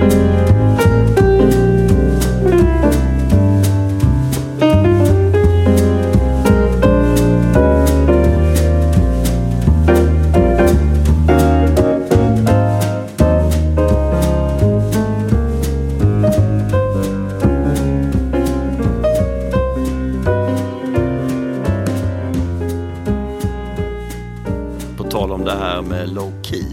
[SPEAKER 3] På tal om det här med low key,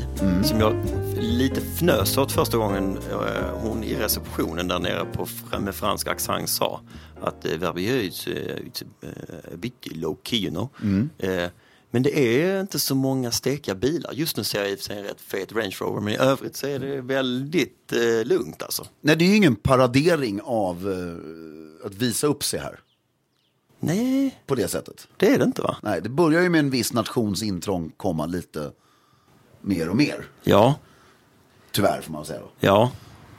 [SPEAKER 3] som jag lite fnös åt första gången eh, hon i receptionen där nere på, fr- med fransk accent sa att eh, Verbier is eh, it's, eh, a bit low key, you know. Eh, men det är inte så många steka bilar. Just nu ser jag i och för sig en rätt fet Range Rover, men i övrigt så är det väldigt eh, lugnt alltså.
[SPEAKER 4] Nej, det är ju ingen paradering av eh, att visa upp sig här.
[SPEAKER 3] Nej,
[SPEAKER 4] På det sättet.
[SPEAKER 3] det är det inte va?
[SPEAKER 4] Nej, det börjar ju med en viss nations intrång komma lite mer och mer.
[SPEAKER 3] Ja,
[SPEAKER 4] Tyvärr får man säga då.
[SPEAKER 3] ja,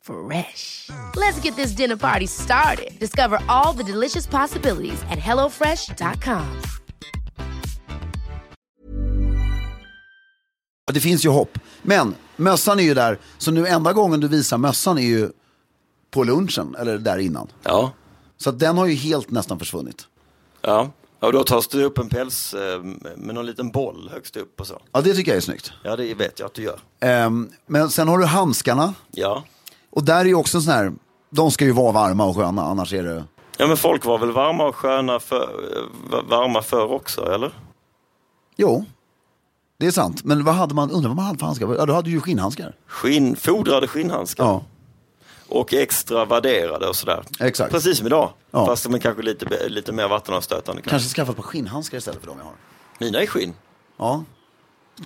[SPEAKER 6] Fresh. Let's get this dinner party started. Discover all the delicious possibilities at hellofresh.com.
[SPEAKER 4] ja, det finns ju hopp. Men mössan är ju där, så nu enda gången du visar mössan är ju på lunchen, eller där innan.
[SPEAKER 3] Ja.
[SPEAKER 4] Så att den har ju helt nästan försvunnit.
[SPEAKER 3] Ja. Och då tas det upp en päls eh, med någon liten boll högst upp och så.
[SPEAKER 4] Ja, det tycker jag är snyggt.
[SPEAKER 3] Ja, det vet jag att du gör.
[SPEAKER 4] Ehm, men sen har du handskarna.
[SPEAKER 3] Ja.
[SPEAKER 4] Och där är ju också en sån här, de ska ju vara varma och sköna, annars är det...
[SPEAKER 3] Ja, men folk var väl varma och sköna för, eh, va- varma för också, eller?
[SPEAKER 4] Jo, det är sant. Men vad hade man, undrar vad man hade för handskar? Ja, du hade ju skinnhandskar.
[SPEAKER 3] Skinn, fodrade skinnhandskar
[SPEAKER 4] Ja,
[SPEAKER 3] och extra värderade och sådär.
[SPEAKER 4] Exakt.
[SPEAKER 3] Precis som idag,
[SPEAKER 4] Ja.
[SPEAKER 3] fast de är kanske lite, be- lite mer vattenavstötande. Kanske.
[SPEAKER 4] kanske skaffa ett par skinnhandskar istället för de jag har.
[SPEAKER 3] Mina är skinn.
[SPEAKER 4] Ja.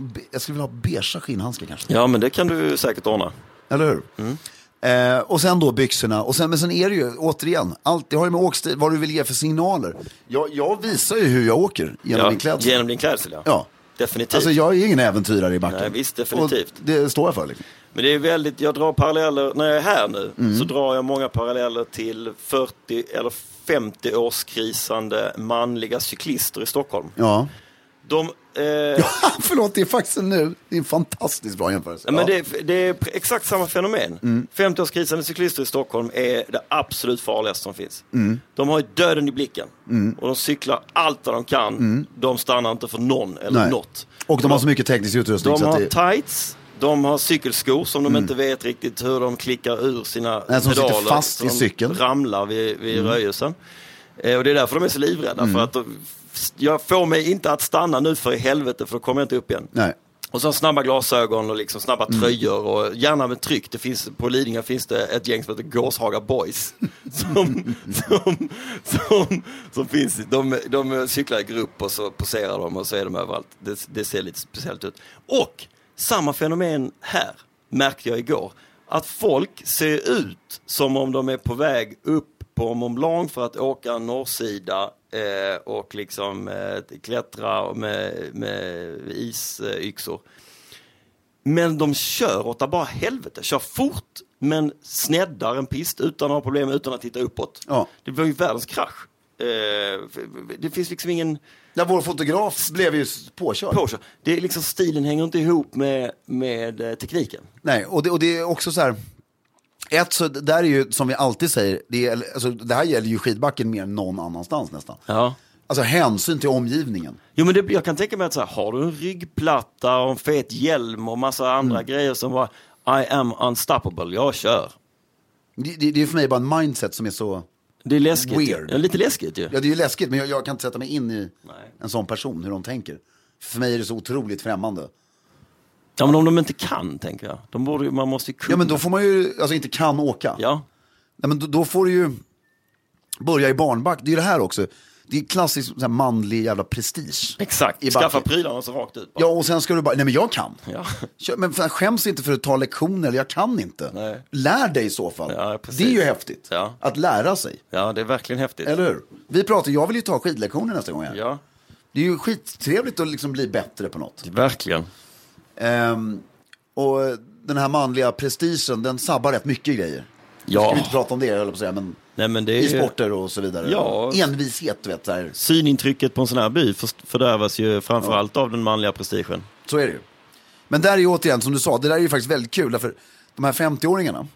[SPEAKER 4] Be- Jag skulle vilja ha beigea skinnhandskar kanske.
[SPEAKER 3] Ja, Mm. men det kan du säkert ordna.
[SPEAKER 4] Eller hur? Eh, och sen då byxorna. Och sen, men sen är det ju, återigen, allt, det har ju med åkstil, vad du vill ge för signaler. Jag, jag visar ju hur jag åker genom
[SPEAKER 3] ja,
[SPEAKER 4] min klädsel.
[SPEAKER 3] Genom din klädsel, ja.
[SPEAKER 4] Ja.
[SPEAKER 3] Definitivt.
[SPEAKER 4] Alltså jag är ju ingen äventyrare i backen.
[SPEAKER 3] Nej, visst, definitivt.
[SPEAKER 4] Och det står jag för. Liksom.
[SPEAKER 3] Men det är väldigt, jag drar paralleller, när jag är här nu, så drar jag många paralleller till 40 eller 50 årskrisande manliga cyklister i Stockholm.
[SPEAKER 4] Ja.
[SPEAKER 3] De, eh,
[SPEAKER 4] Förlåt, det är faktiskt en nu. Det är en fantastiskt bra jämförelse.
[SPEAKER 3] Ja, Mm. men
[SPEAKER 4] Ja.
[SPEAKER 3] det, det är pr- exakt samma fenomen. 50-årskrisande cyklister i Stockholm är det absolut farligaste som finns. De har ju döden i blicken och de cyklar allt vad de kan. De stannar inte för någon eller
[SPEAKER 4] Nej.
[SPEAKER 3] något.
[SPEAKER 4] Och de har så mycket teknisk utrustning.
[SPEAKER 3] De
[SPEAKER 4] så att
[SPEAKER 3] har
[SPEAKER 4] det... Mm.
[SPEAKER 3] tights, de har cykelskor som de inte vet riktigt hur de klickar ur sina
[SPEAKER 4] Nej, som sitter
[SPEAKER 3] pedaler.
[SPEAKER 4] fast
[SPEAKER 3] så
[SPEAKER 4] i
[SPEAKER 3] de
[SPEAKER 4] cykeln. Mm.
[SPEAKER 3] ramlar vid, vid röjelsen. Eh, och det är därför de är så livrädda. För att de, jag får mig inte att stanna nu för i helvete för då kommer jag inte upp igen.
[SPEAKER 4] Nej.
[SPEAKER 3] Och så snabba glasögon och liksom snabba tröjor och gärna med tryck. Det finns, på Lidingö finns det ett gäng som heter Gåshaga Boys. Som, som, som, som finns, de, de cyklar i grupp och så poserar de och så är de överallt. Det, det ser lite speciellt ut. Och samma fenomen här märkte jag igår. Att folk ser ut som om de är på väg upp på Mont Blanc för att åka norrsida eh, och liksom eh, klättra med, med isyxor. Men de kör åt det bara helvete, kör fort men sneddar en pist utan att ha problem, utan att titta uppåt.
[SPEAKER 4] Ja.
[SPEAKER 3] Det var ju världens krasch. Eh, för- det finns liksom ingen
[SPEAKER 4] Ja, vår fotograf blev ju påkörd.
[SPEAKER 3] påkör. Det är liksom stilen hänger inte ihop med, med eh, tekniken.
[SPEAKER 4] Nej, och det, och det är också så här. Ett, så det där är ju som vi alltid säger, det, är, alltså, det här gäller ju skidbacken mer än någon annanstans nästan.
[SPEAKER 3] Ja.
[SPEAKER 4] Alltså hänsyn till omgivningen.
[SPEAKER 3] Jo, men det, jag kan tänka mig att så här, har du en ryggplatta och en fet hjälm och massa andra
[SPEAKER 4] Mm.
[SPEAKER 3] grejer som var I am unstoppable, jag kör.
[SPEAKER 4] Det, det, det är för mig bara en mindset som är så,
[SPEAKER 3] Det är läskigt.
[SPEAKER 4] Weird.
[SPEAKER 3] Ja, lite läskigt ju.
[SPEAKER 4] ja det är ju läskigt men jag, jag kan inte sätta mig in i
[SPEAKER 3] Nej.
[SPEAKER 4] en sån person, hur de tänker. För mig är det så otroligt främmande.
[SPEAKER 3] Ja, men om de inte kan, tänker jag. De borde, ju- man måste ju kunna.
[SPEAKER 4] Ja men då får man ju, alltså inte kan åka.
[SPEAKER 3] Ja.
[SPEAKER 4] Nej, men då, då får du ju börja i barnback. Det är ju det här också. Det är klassisk så här, manlig jävla prestige.
[SPEAKER 3] exakt.
[SPEAKER 4] I
[SPEAKER 3] Skaffa
[SPEAKER 4] backen.
[SPEAKER 3] prylarna så rakt ut. Bara.
[SPEAKER 4] Ja, och sen ska du bara, nej men jag kan.
[SPEAKER 3] Ja.
[SPEAKER 4] Kör- Men fan, skäms inte för att ta lektioner, eller jag kan inte.
[SPEAKER 3] Nej.
[SPEAKER 4] Lär dig i så fall.
[SPEAKER 3] Ja, precis.
[SPEAKER 4] det är ju häftigt.
[SPEAKER 3] Ja.
[SPEAKER 4] Att lära sig,
[SPEAKER 3] ja, det är verkligen häftigt.
[SPEAKER 4] eller hur? Vi pratar, jag vill ju ta skidlektioner nästa gång här.
[SPEAKER 3] Ja,
[SPEAKER 4] Det är ju skittrevligt att liksom bli bättre på något.
[SPEAKER 3] verkligen.
[SPEAKER 4] Ehm, och eh, den här manliga prestigen, den sabbar rätt mycket grejer. Ska
[SPEAKER 3] Ja.
[SPEAKER 4] vi inte prata om det, jag höll på att säga, men
[SPEAKER 3] Nej, men det är
[SPEAKER 4] i
[SPEAKER 3] ju...
[SPEAKER 4] sporter och så vidare.
[SPEAKER 3] Ja.
[SPEAKER 4] Envishet, du vet, så, här.
[SPEAKER 3] Synintrycket på en sån här by först- fördärvas ju framför allt av den manliga prestigen.
[SPEAKER 4] så är det ju. Men där är ju återigen, som du sa, det där är ju faktiskt väldigt kul, därför de här 50-åringarna,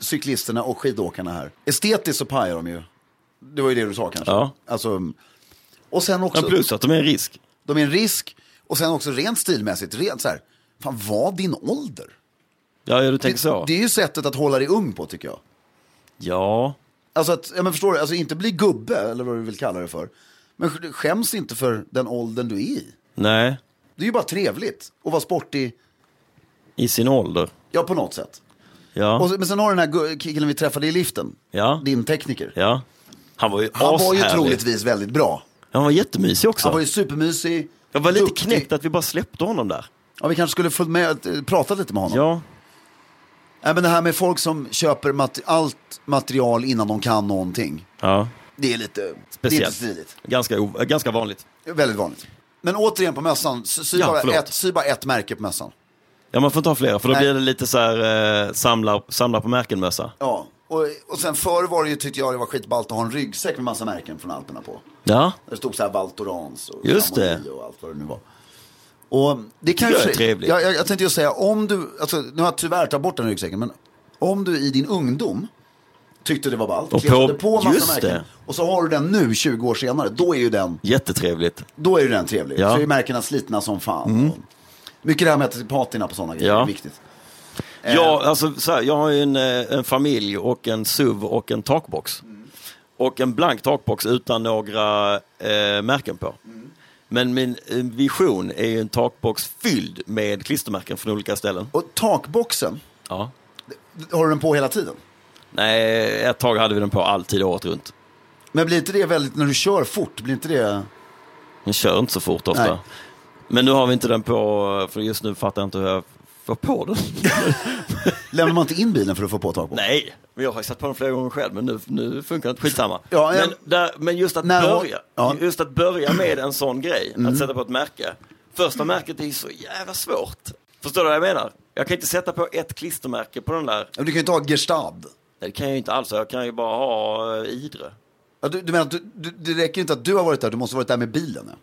[SPEAKER 4] cyklisterna och skidåkarna här, estetiskt så pajar de ju. Det var ju det du sa kanske.
[SPEAKER 3] Ja.
[SPEAKER 4] Alltså, och sen
[SPEAKER 3] Ja,
[SPEAKER 4] också,
[SPEAKER 3] plus att de är en risk.
[SPEAKER 4] de är en risk, och sen också rent stilmässigt, rent så här, fan vad din ålder?
[SPEAKER 3] Ja, ja du tänker så.
[SPEAKER 4] Det, det är ju sättet att hålla dig ung på tycker jag.
[SPEAKER 3] Ja.
[SPEAKER 4] Alltså att, ja men förstår du, alltså inte bli gubbe eller vad du vill kalla det för. Men sk- skäms inte för den åldern du är i.
[SPEAKER 3] Nej.
[SPEAKER 4] Det är ju bara trevligt att vara sportig,
[SPEAKER 3] I sin ålder.
[SPEAKER 4] ja på något sätt.
[SPEAKER 3] Ja.
[SPEAKER 4] Och, så- men sen har den här gu- killen vi träffade i liften,
[SPEAKER 3] Ja.
[SPEAKER 4] din tekniker.
[SPEAKER 3] ja. Han var ju
[SPEAKER 4] Han var ju
[SPEAKER 3] ashärlig.
[SPEAKER 4] troligtvis väldigt bra.
[SPEAKER 3] Han var jättemysig också.
[SPEAKER 4] Han var ju supermysig.
[SPEAKER 3] Jag var lite
[SPEAKER 4] duktig.
[SPEAKER 3] knäckt att vi bara släppte honom där.
[SPEAKER 4] Ja, vi kanske skulle få med, eh, prata lite med honom.
[SPEAKER 3] Ja.
[SPEAKER 4] Nej, men det här med folk som köper mat- allt material innan de kan någonting.
[SPEAKER 3] ja.
[SPEAKER 4] Det är lite Det är
[SPEAKER 3] Speciellt.
[SPEAKER 4] lite stiligt.
[SPEAKER 3] Ganska, o- äh, ganska vanligt.
[SPEAKER 4] Väldigt vanligt. Men återigen på mössan, sy, sy,
[SPEAKER 3] Ja,
[SPEAKER 4] bara,
[SPEAKER 3] förlåt.
[SPEAKER 4] ett, sy bara ett märke på mössan.
[SPEAKER 3] Ja, man får ta flera för då
[SPEAKER 4] Nej.
[SPEAKER 3] blir det lite så här eh, samla, samla på märken-mössa.
[SPEAKER 4] Ja, och, och sen förr var det ju, tyckte jag det var skitballt att ha en ryggsäck med massa märken från Alperna på.
[SPEAKER 3] Ja,
[SPEAKER 4] Där det stod så här Valtorans och
[SPEAKER 3] Just
[SPEAKER 4] Chamonix
[SPEAKER 3] det.
[SPEAKER 4] och allt vad det nu var. Och det
[SPEAKER 3] är
[SPEAKER 4] kanske...
[SPEAKER 3] trevligt.
[SPEAKER 4] Jag, jag, jag tänkte ju säga, om du, alltså, nu har jag tyvärr tagit bort den ryggsäcken, men om du i din ungdom Tyckte det var ballt.
[SPEAKER 3] Och
[SPEAKER 4] klistrade
[SPEAKER 3] på- just det.
[SPEAKER 4] Och så har du den nu 20 år senare. Då är ju den,
[SPEAKER 3] Jättetrevligt.
[SPEAKER 4] då är ju den trevlig.
[SPEAKER 3] Ja. Mm.
[SPEAKER 4] Så är märkena slitna som fan. Mycket det här med att patina på sådana grejer
[SPEAKER 3] Ja.
[SPEAKER 4] är viktigt. Eh.
[SPEAKER 3] Ja, alltså, så här, jag har ju en, eh, en familj och en SUV och en takbox.
[SPEAKER 4] Mm.
[SPEAKER 3] Och en blank takbox utan några eh, märken på.
[SPEAKER 4] Mm.
[SPEAKER 3] Men min eh, vision är ju en takbox fylld med klistermärken från olika ställen.
[SPEAKER 4] Och takboxen,
[SPEAKER 3] Ja.
[SPEAKER 4] har du den på hela tiden?
[SPEAKER 3] Nej, ett tag hade vi den på alltid året runt.
[SPEAKER 4] Men blir inte det väldigt, när du kör fort, blir inte det...
[SPEAKER 3] Den kör inte så fort ofta.
[SPEAKER 4] Nej.
[SPEAKER 3] Men nu har vi inte den på, för just nu fattar jag inte hur jag får på den.
[SPEAKER 4] Lämnar man inte in bilen för att få på takbox?
[SPEAKER 3] Nej, men jag har ju satt på den flera gånger själv, men nu, nu funkar det inte. Skitsamma.
[SPEAKER 4] Ja, jag-
[SPEAKER 3] men, där, men just, att
[SPEAKER 4] När-
[SPEAKER 3] börja,
[SPEAKER 4] ja. Mm.
[SPEAKER 3] just att börja med en sån grej, att sätta på ett märke. Första märket är ju så jävla svårt. Förstår du vad jag menar? Jag kan inte sätta på ett klistermärke på den där. Nej,
[SPEAKER 4] Men Du kan ju inte ha Gestad.
[SPEAKER 3] Det kan jag ju inte alls. Jag kan ju bara ha eh, Idre.
[SPEAKER 4] Ja, du, du menar att du, du, det räcker inte att du har varit där, du måste ha varit där med bilen. Ja.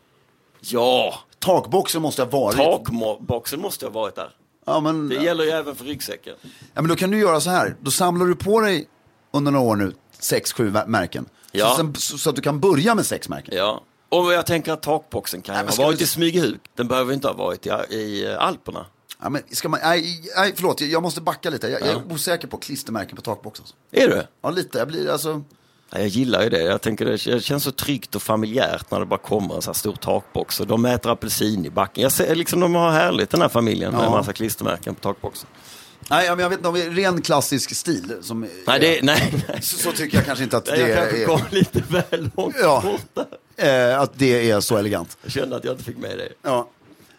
[SPEAKER 3] Ja,
[SPEAKER 4] Takboxen måste ha varit.
[SPEAKER 3] takboxen måste jag ha varit där.
[SPEAKER 4] Ja, men,
[SPEAKER 3] Det gäller ju även för ryggsäcken.
[SPEAKER 4] ja, men då kan du göra så här. Då samlar du på dig under några år nu, sex, sju vä- märken.
[SPEAKER 3] Ja.
[SPEAKER 4] Så, sen, så, så att du kan börja med sex märken.
[SPEAKER 3] Ja. Och jag tänker att takboxen kan
[SPEAKER 4] Nej,
[SPEAKER 3] ju
[SPEAKER 4] men
[SPEAKER 3] ha
[SPEAKER 4] ska
[SPEAKER 3] varit
[SPEAKER 4] vi-
[SPEAKER 3] i Smygehuk. Den behöver ju inte ha varit i, i Alperna.
[SPEAKER 4] Ja, men ska man, nej, nej, förlåt, jag jag måste backa lite. Jag, jag är osäker på klistermärken på takbox. Alltså.
[SPEAKER 3] Är du?
[SPEAKER 4] Ja, lite. Jag blir alltså...
[SPEAKER 3] Ja, jag gillar ju det. Jag tänker det det känns så tryggt och familjärt när det bara kommer en så här stor takbox. Och de äter apelsin i backen. Jag ser, liksom, de har härligt den här familjen med en massa klistermärken på takboxen.
[SPEAKER 4] Nej, ja, men jag vet inte om det är ren klassisk stil. Som,
[SPEAKER 3] Nej, det, nej, nej.
[SPEAKER 4] så, så tycker jag kanske inte att det,
[SPEAKER 3] jag kanske
[SPEAKER 4] är,
[SPEAKER 3] kom lite väl långt
[SPEAKER 4] Ja.
[SPEAKER 3] borta.
[SPEAKER 4] eh, att det är så elegant.
[SPEAKER 3] Jag kände att jag inte fick med det.
[SPEAKER 4] Ja.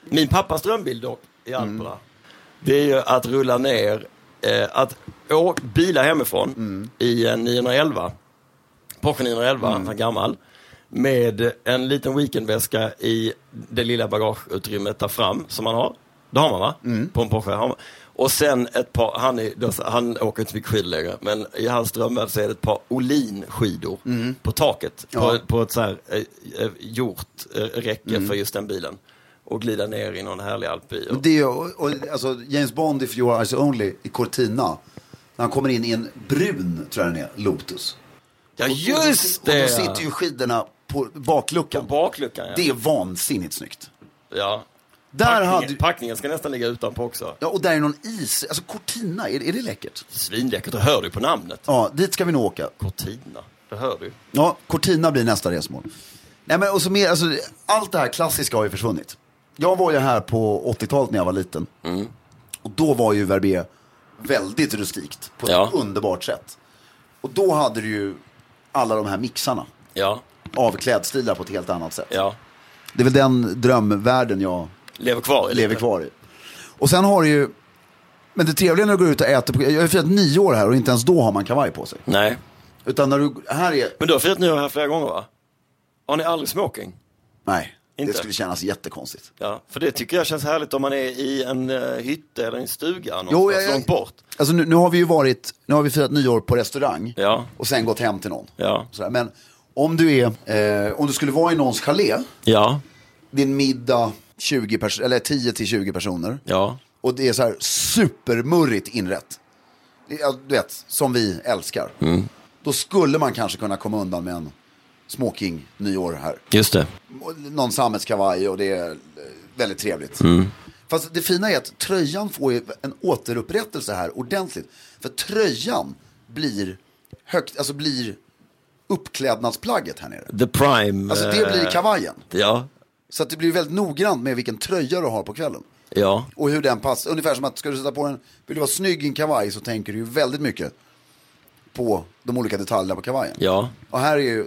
[SPEAKER 3] Min pappas drömbild dock i Alperna, det är ju att rulla ner, eh, att åka, bila hemifrån i en 911, Porsche 911, han gammal, med en liten weekendväska i det lilla bagageutrymmet där fram som man har. Det har man va? På en Porsche. Har man. Och sen ett par, han, är, då- han åker inte så mycket skidor längre, men i hans drömvärld så är det ett par Olin-skidor på taket.
[SPEAKER 4] Ja.
[SPEAKER 3] På, på ett så här eh, eh, gjort eh, räcke för just den bilen. Och glida ner i någon härlig alpby. Och,
[SPEAKER 4] Det är, ju- och, och, alltså, James Bond if you are eyes only i Cortina. När han kommer in i en brun, tror jag den är, Lotus.
[SPEAKER 3] ja
[SPEAKER 4] Och då-
[SPEAKER 3] just
[SPEAKER 4] Och då
[SPEAKER 3] det!
[SPEAKER 4] sitter ju skidorna på bakluckan.
[SPEAKER 3] På bakluckan ja.
[SPEAKER 4] Det är vansinnigt snyggt.
[SPEAKER 3] ja.
[SPEAKER 4] Där
[SPEAKER 3] packningen,
[SPEAKER 4] hade-
[SPEAKER 3] packningen ska nästan ligga utanpå också.
[SPEAKER 4] Ja, och där är någon is. Alltså Cortina, är, är det läckert?
[SPEAKER 3] Svinläckert, det hör du på namnet.
[SPEAKER 4] Ja, dit ska vi nog åka.
[SPEAKER 3] Cortina, det hör du.
[SPEAKER 4] Ja, Cortina blir nästa resmål. Nej, men och så mer, alltså, allt det här klassiska har ju försvunnit. Jag var ju här på 80-talet när jag var liten.
[SPEAKER 3] Mm.
[SPEAKER 4] Och då var ju Verbier väldigt rustikt på ett
[SPEAKER 3] Ja.
[SPEAKER 4] underbart sätt. Och då hade du ju alla de här mixarna
[SPEAKER 3] Ja,
[SPEAKER 4] av klädstilar på ett helt annat sätt.
[SPEAKER 3] ja.
[SPEAKER 4] Det är väl den drömvärlden jag
[SPEAKER 3] Lever kvar i
[SPEAKER 4] lever
[SPEAKER 3] lite.
[SPEAKER 4] kvar i. Och sen har du ju, men det trevliga när du går ut och äter, på, jag har ju firat nio år här och inte ens då har man kavaj på sig.
[SPEAKER 3] Nej.
[SPEAKER 4] Utan när du, här är,
[SPEAKER 3] Men du har firat nyår här flera gånger va? Har ni aldrig smoking?
[SPEAKER 4] nej,
[SPEAKER 3] Inte.
[SPEAKER 4] det skulle kännas jättekonstigt.
[SPEAKER 3] Ja, för det tycker jag känns härligt om man är i en uh, hytte eller en stuga någonstans
[SPEAKER 4] jag- jag-
[SPEAKER 3] långt bort.
[SPEAKER 4] Alltså nu, nu har vi ju varit, nu har vi firat nyår på restaurang
[SPEAKER 3] Ja.
[SPEAKER 4] och sen gått hem till någon.
[SPEAKER 3] Ja.
[SPEAKER 4] Sådär. Men om du, är, eh, om du skulle vara i någons chalé,
[SPEAKER 3] Ja,
[SPEAKER 4] din middag 20 pers- eller 10 till 20 personer
[SPEAKER 3] ja.
[SPEAKER 4] och det är så här supermurrigt inrätt. Det är, ja, Du vet, som vi älskar.
[SPEAKER 3] Mm.
[SPEAKER 4] Då skulle man kanske kunna komma undan med en smoking nyår här.
[SPEAKER 3] Just det.
[SPEAKER 4] Och Någon sammetskavaj och det är eh, väldigt trevligt.
[SPEAKER 3] Mm.
[SPEAKER 4] Fast det fina är att tröjan får ju en återupprättelse här ordentligt. För tröjan blir högt, alltså blir uppklädnadsplagget här nere.
[SPEAKER 3] The prime.
[SPEAKER 4] Alltså det blir
[SPEAKER 3] eh,
[SPEAKER 4] kavajen.
[SPEAKER 3] Ja,
[SPEAKER 4] Så att det blir väldigt noggrant med vilken tröja du har på kvällen.
[SPEAKER 3] ja.
[SPEAKER 4] Och hur den passar. Ungefär som att ska du sätta på en, vill du vara snygg i en kavaj så tänker du ju väldigt mycket på de olika detaljerna på kavajen.
[SPEAKER 3] Ja.
[SPEAKER 4] Och här är ju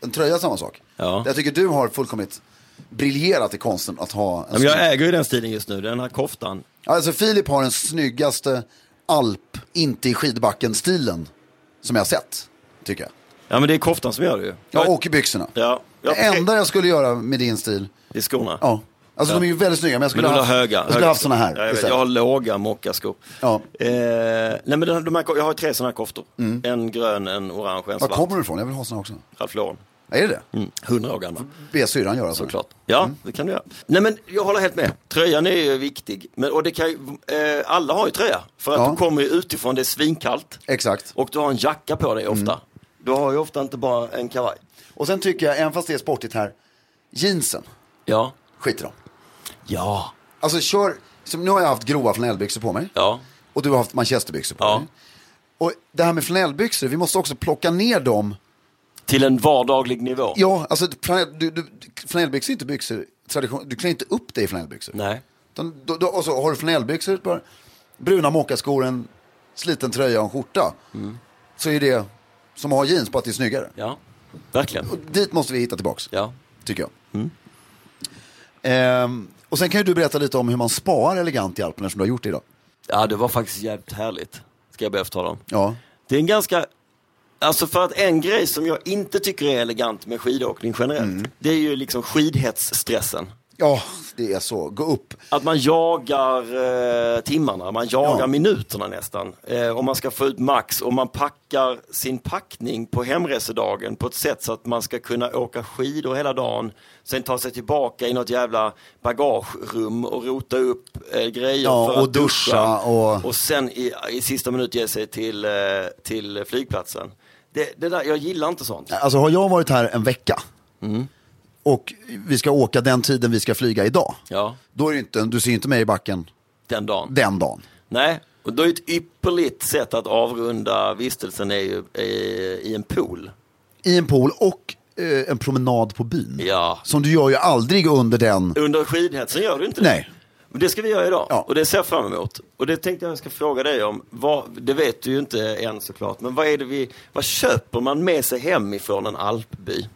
[SPEAKER 4] en tröja samma sak.
[SPEAKER 3] Ja.
[SPEAKER 4] Jag tycker du har fullkomligt briljerat i konsten att ha en
[SPEAKER 3] Men
[SPEAKER 4] snygg-
[SPEAKER 3] jag äger ju den stilen just nu, den här koftan.
[SPEAKER 4] Alltså Filip har den snyggaste alp, inte i skidbacken-stilen som jag har sett. Tycker jag.
[SPEAKER 3] Ja, men det är koftan som gör det ju.
[SPEAKER 4] Ja, och i byxorna.
[SPEAKER 3] Ja, jag-
[SPEAKER 4] Det enda jag skulle göra med din stil,
[SPEAKER 3] Det är skorna.
[SPEAKER 4] ja. Alltså
[SPEAKER 3] Ja.
[SPEAKER 4] de är ju väldigt snygga men jag
[SPEAKER 3] Men
[SPEAKER 4] skulle
[SPEAKER 3] de har
[SPEAKER 4] haft,
[SPEAKER 3] höga.
[SPEAKER 4] jag skulle
[SPEAKER 3] höga
[SPEAKER 4] haft såna här.
[SPEAKER 3] Ja, jag, vet,
[SPEAKER 4] istället.
[SPEAKER 3] jag har låga mockaskor.
[SPEAKER 4] Ja.
[SPEAKER 3] Eh, nej, men
[SPEAKER 4] Mm.
[SPEAKER 3] de här, jag har tre sådana här koftor. En grön, en orange, en
[SPEAKER 4] Var
[SPEAKER 3] svart.
[SPEAKER 4] kommer du ifrån? Jag vill ha såna också.
[SPEAKER 3] Ralph Lauren.
[SPEAKER 4] Är det det?
[SPEAKER 3] Mm, 100 år gammal.
[SPEAKER 4] Be syrran göra så.
[SPEAKER 3] Såklart. Ja,
[SPEAKER 4] Mm.
[SPEAKER 3] det kan du göra. Nej, men jag håller helt med. Tröjan är ju viktig. Men, och det kan ju, eh, alla har ju tröja. För att
[SPEAKER 4] Ja.
[SPEAKER 3] du kommer ju utifrån, det är svinkallt.
[SPEAKER 4] Exakt.
[SPEAKER 3] Och du har en jacka på dig ofta.
[SPEAKER 4] Mm.
[SPEAKER 3] Du har ju ofta inte bara en kavaj.
[SPEAKER 4] Och sen tycker jag, även fast det är sportigt här, jeansen,
[SPEAKER 3] Ja.
[SPEAKER 4] skit i dem.
[SPEAKER 3] Ja.
[SPEAKER 4] Alltså kör, som, nu har jag haft grova flanellbyxor på mig.
[SPEAKER 3] Ja.
[SPEAKER 4] Och du har haft manchesterbyxor på
[SPEAKER 3] Ja.
[SPEAKER 4] dig. Och det här med flanellbyxor, vi måste också plocka ner dem.
[SPEAKER 3] Till en vardaglig nivå.
[SPEAKER 4] Ja, alltså flanell- du, du, flanellbyxor är inte byxor, tradition, du klär inte upp dig i flanellbyxor.
[SPEAKER 3] Nej.
[SPEAKER 4] Utan, då, då, och så har du flanellbyxor, ett par bruna mockaskor, en sliten tröja och en skjorta.
[SPEAKER 3] Mm.
[SPEAKER 4] Så är det som att ha jeans, bara att det är snyggare.
[SPEAKER 3] Ja. Verkligen.
[SPEAKER 4] Och dit måste vi hitta tillbaks,
[SPEAKER 3] Ja.
[SPEAKER 4] tycker jag. Mm. Ehm, och sen kan ju du berätta lite om hur man sparar elegant i Alperna som du har gjort idag.
[SPEAKER 3] Ja, det var faktiskt jävligt härligt. Ska jag be att få tala om.
[SPEAKER 4] Ja,
[SPEAKER 3] Det är en ganska... Alltså för att en grej som jag inte tycker är elegant med skidåkning generellt, det är ju liksom skidhetsstressen.
[SPEAKER 4] ja det är så. Gå upp.
[SPEAKER 3] Att man jagar eh, timmarna, man jagar
[SPEAKER 4] Ja.
[SPEAKER 3] minuterna nästan. Eh, och man ska få ut max och man packar sin packning på hemresedagen på ett sätt så att man ska kunna åka skidor hela dagen. Sen ta sig tillbaka i något jävla bagagerum och rota upp eh, grejer
[SPEAKER 4] Ja,
[SPEAKER 3] för
[SPEAKER 4] och
[SPEAKER 3] att duscha.
[SPEAKER 4] duscha och-
[SPEAKER 3] och sen i, i sista minut ge sig till, eh, till flygplatsen. Det, det där, jag gillar inte sånt.
[SPEAKER 4] Alltså har jag varit här en vecka Mm. och vi ska åka den tiden vi ska flyga idag.
[SPEAKER 3] Ja,
[SPEAKER 4] Då är det inte, du ser ju inte mig i backen
[SPEAKER 3] den dagen.
[SPEAKER 4] den dagen.
[SPEAKER 3] Nej, och då är ett ypperligt sätt att avrunda vistelsen är ju i, i en pool.
[SPEAKER 4] I en pool och eh, en promenad på byn.
[SPEAKER 3] Ja.
[SPEAKER 4] Som du gör ju aldrig under den.
[SPEAKER 3] Under skidhetsen gör du inte
[SPEAKER 4] Nej.
[SPEAKER 3] det. Men det ska vi göra idag
[SPEAKER 4] Ja.
[SPEAKER 3] och det ser jag fram emot. Och det tänkte jag ska fråga dig om. Vad, det vet du ju inte än såklart, men vad är det vi, vad köper man med sig hemifrån en alpby?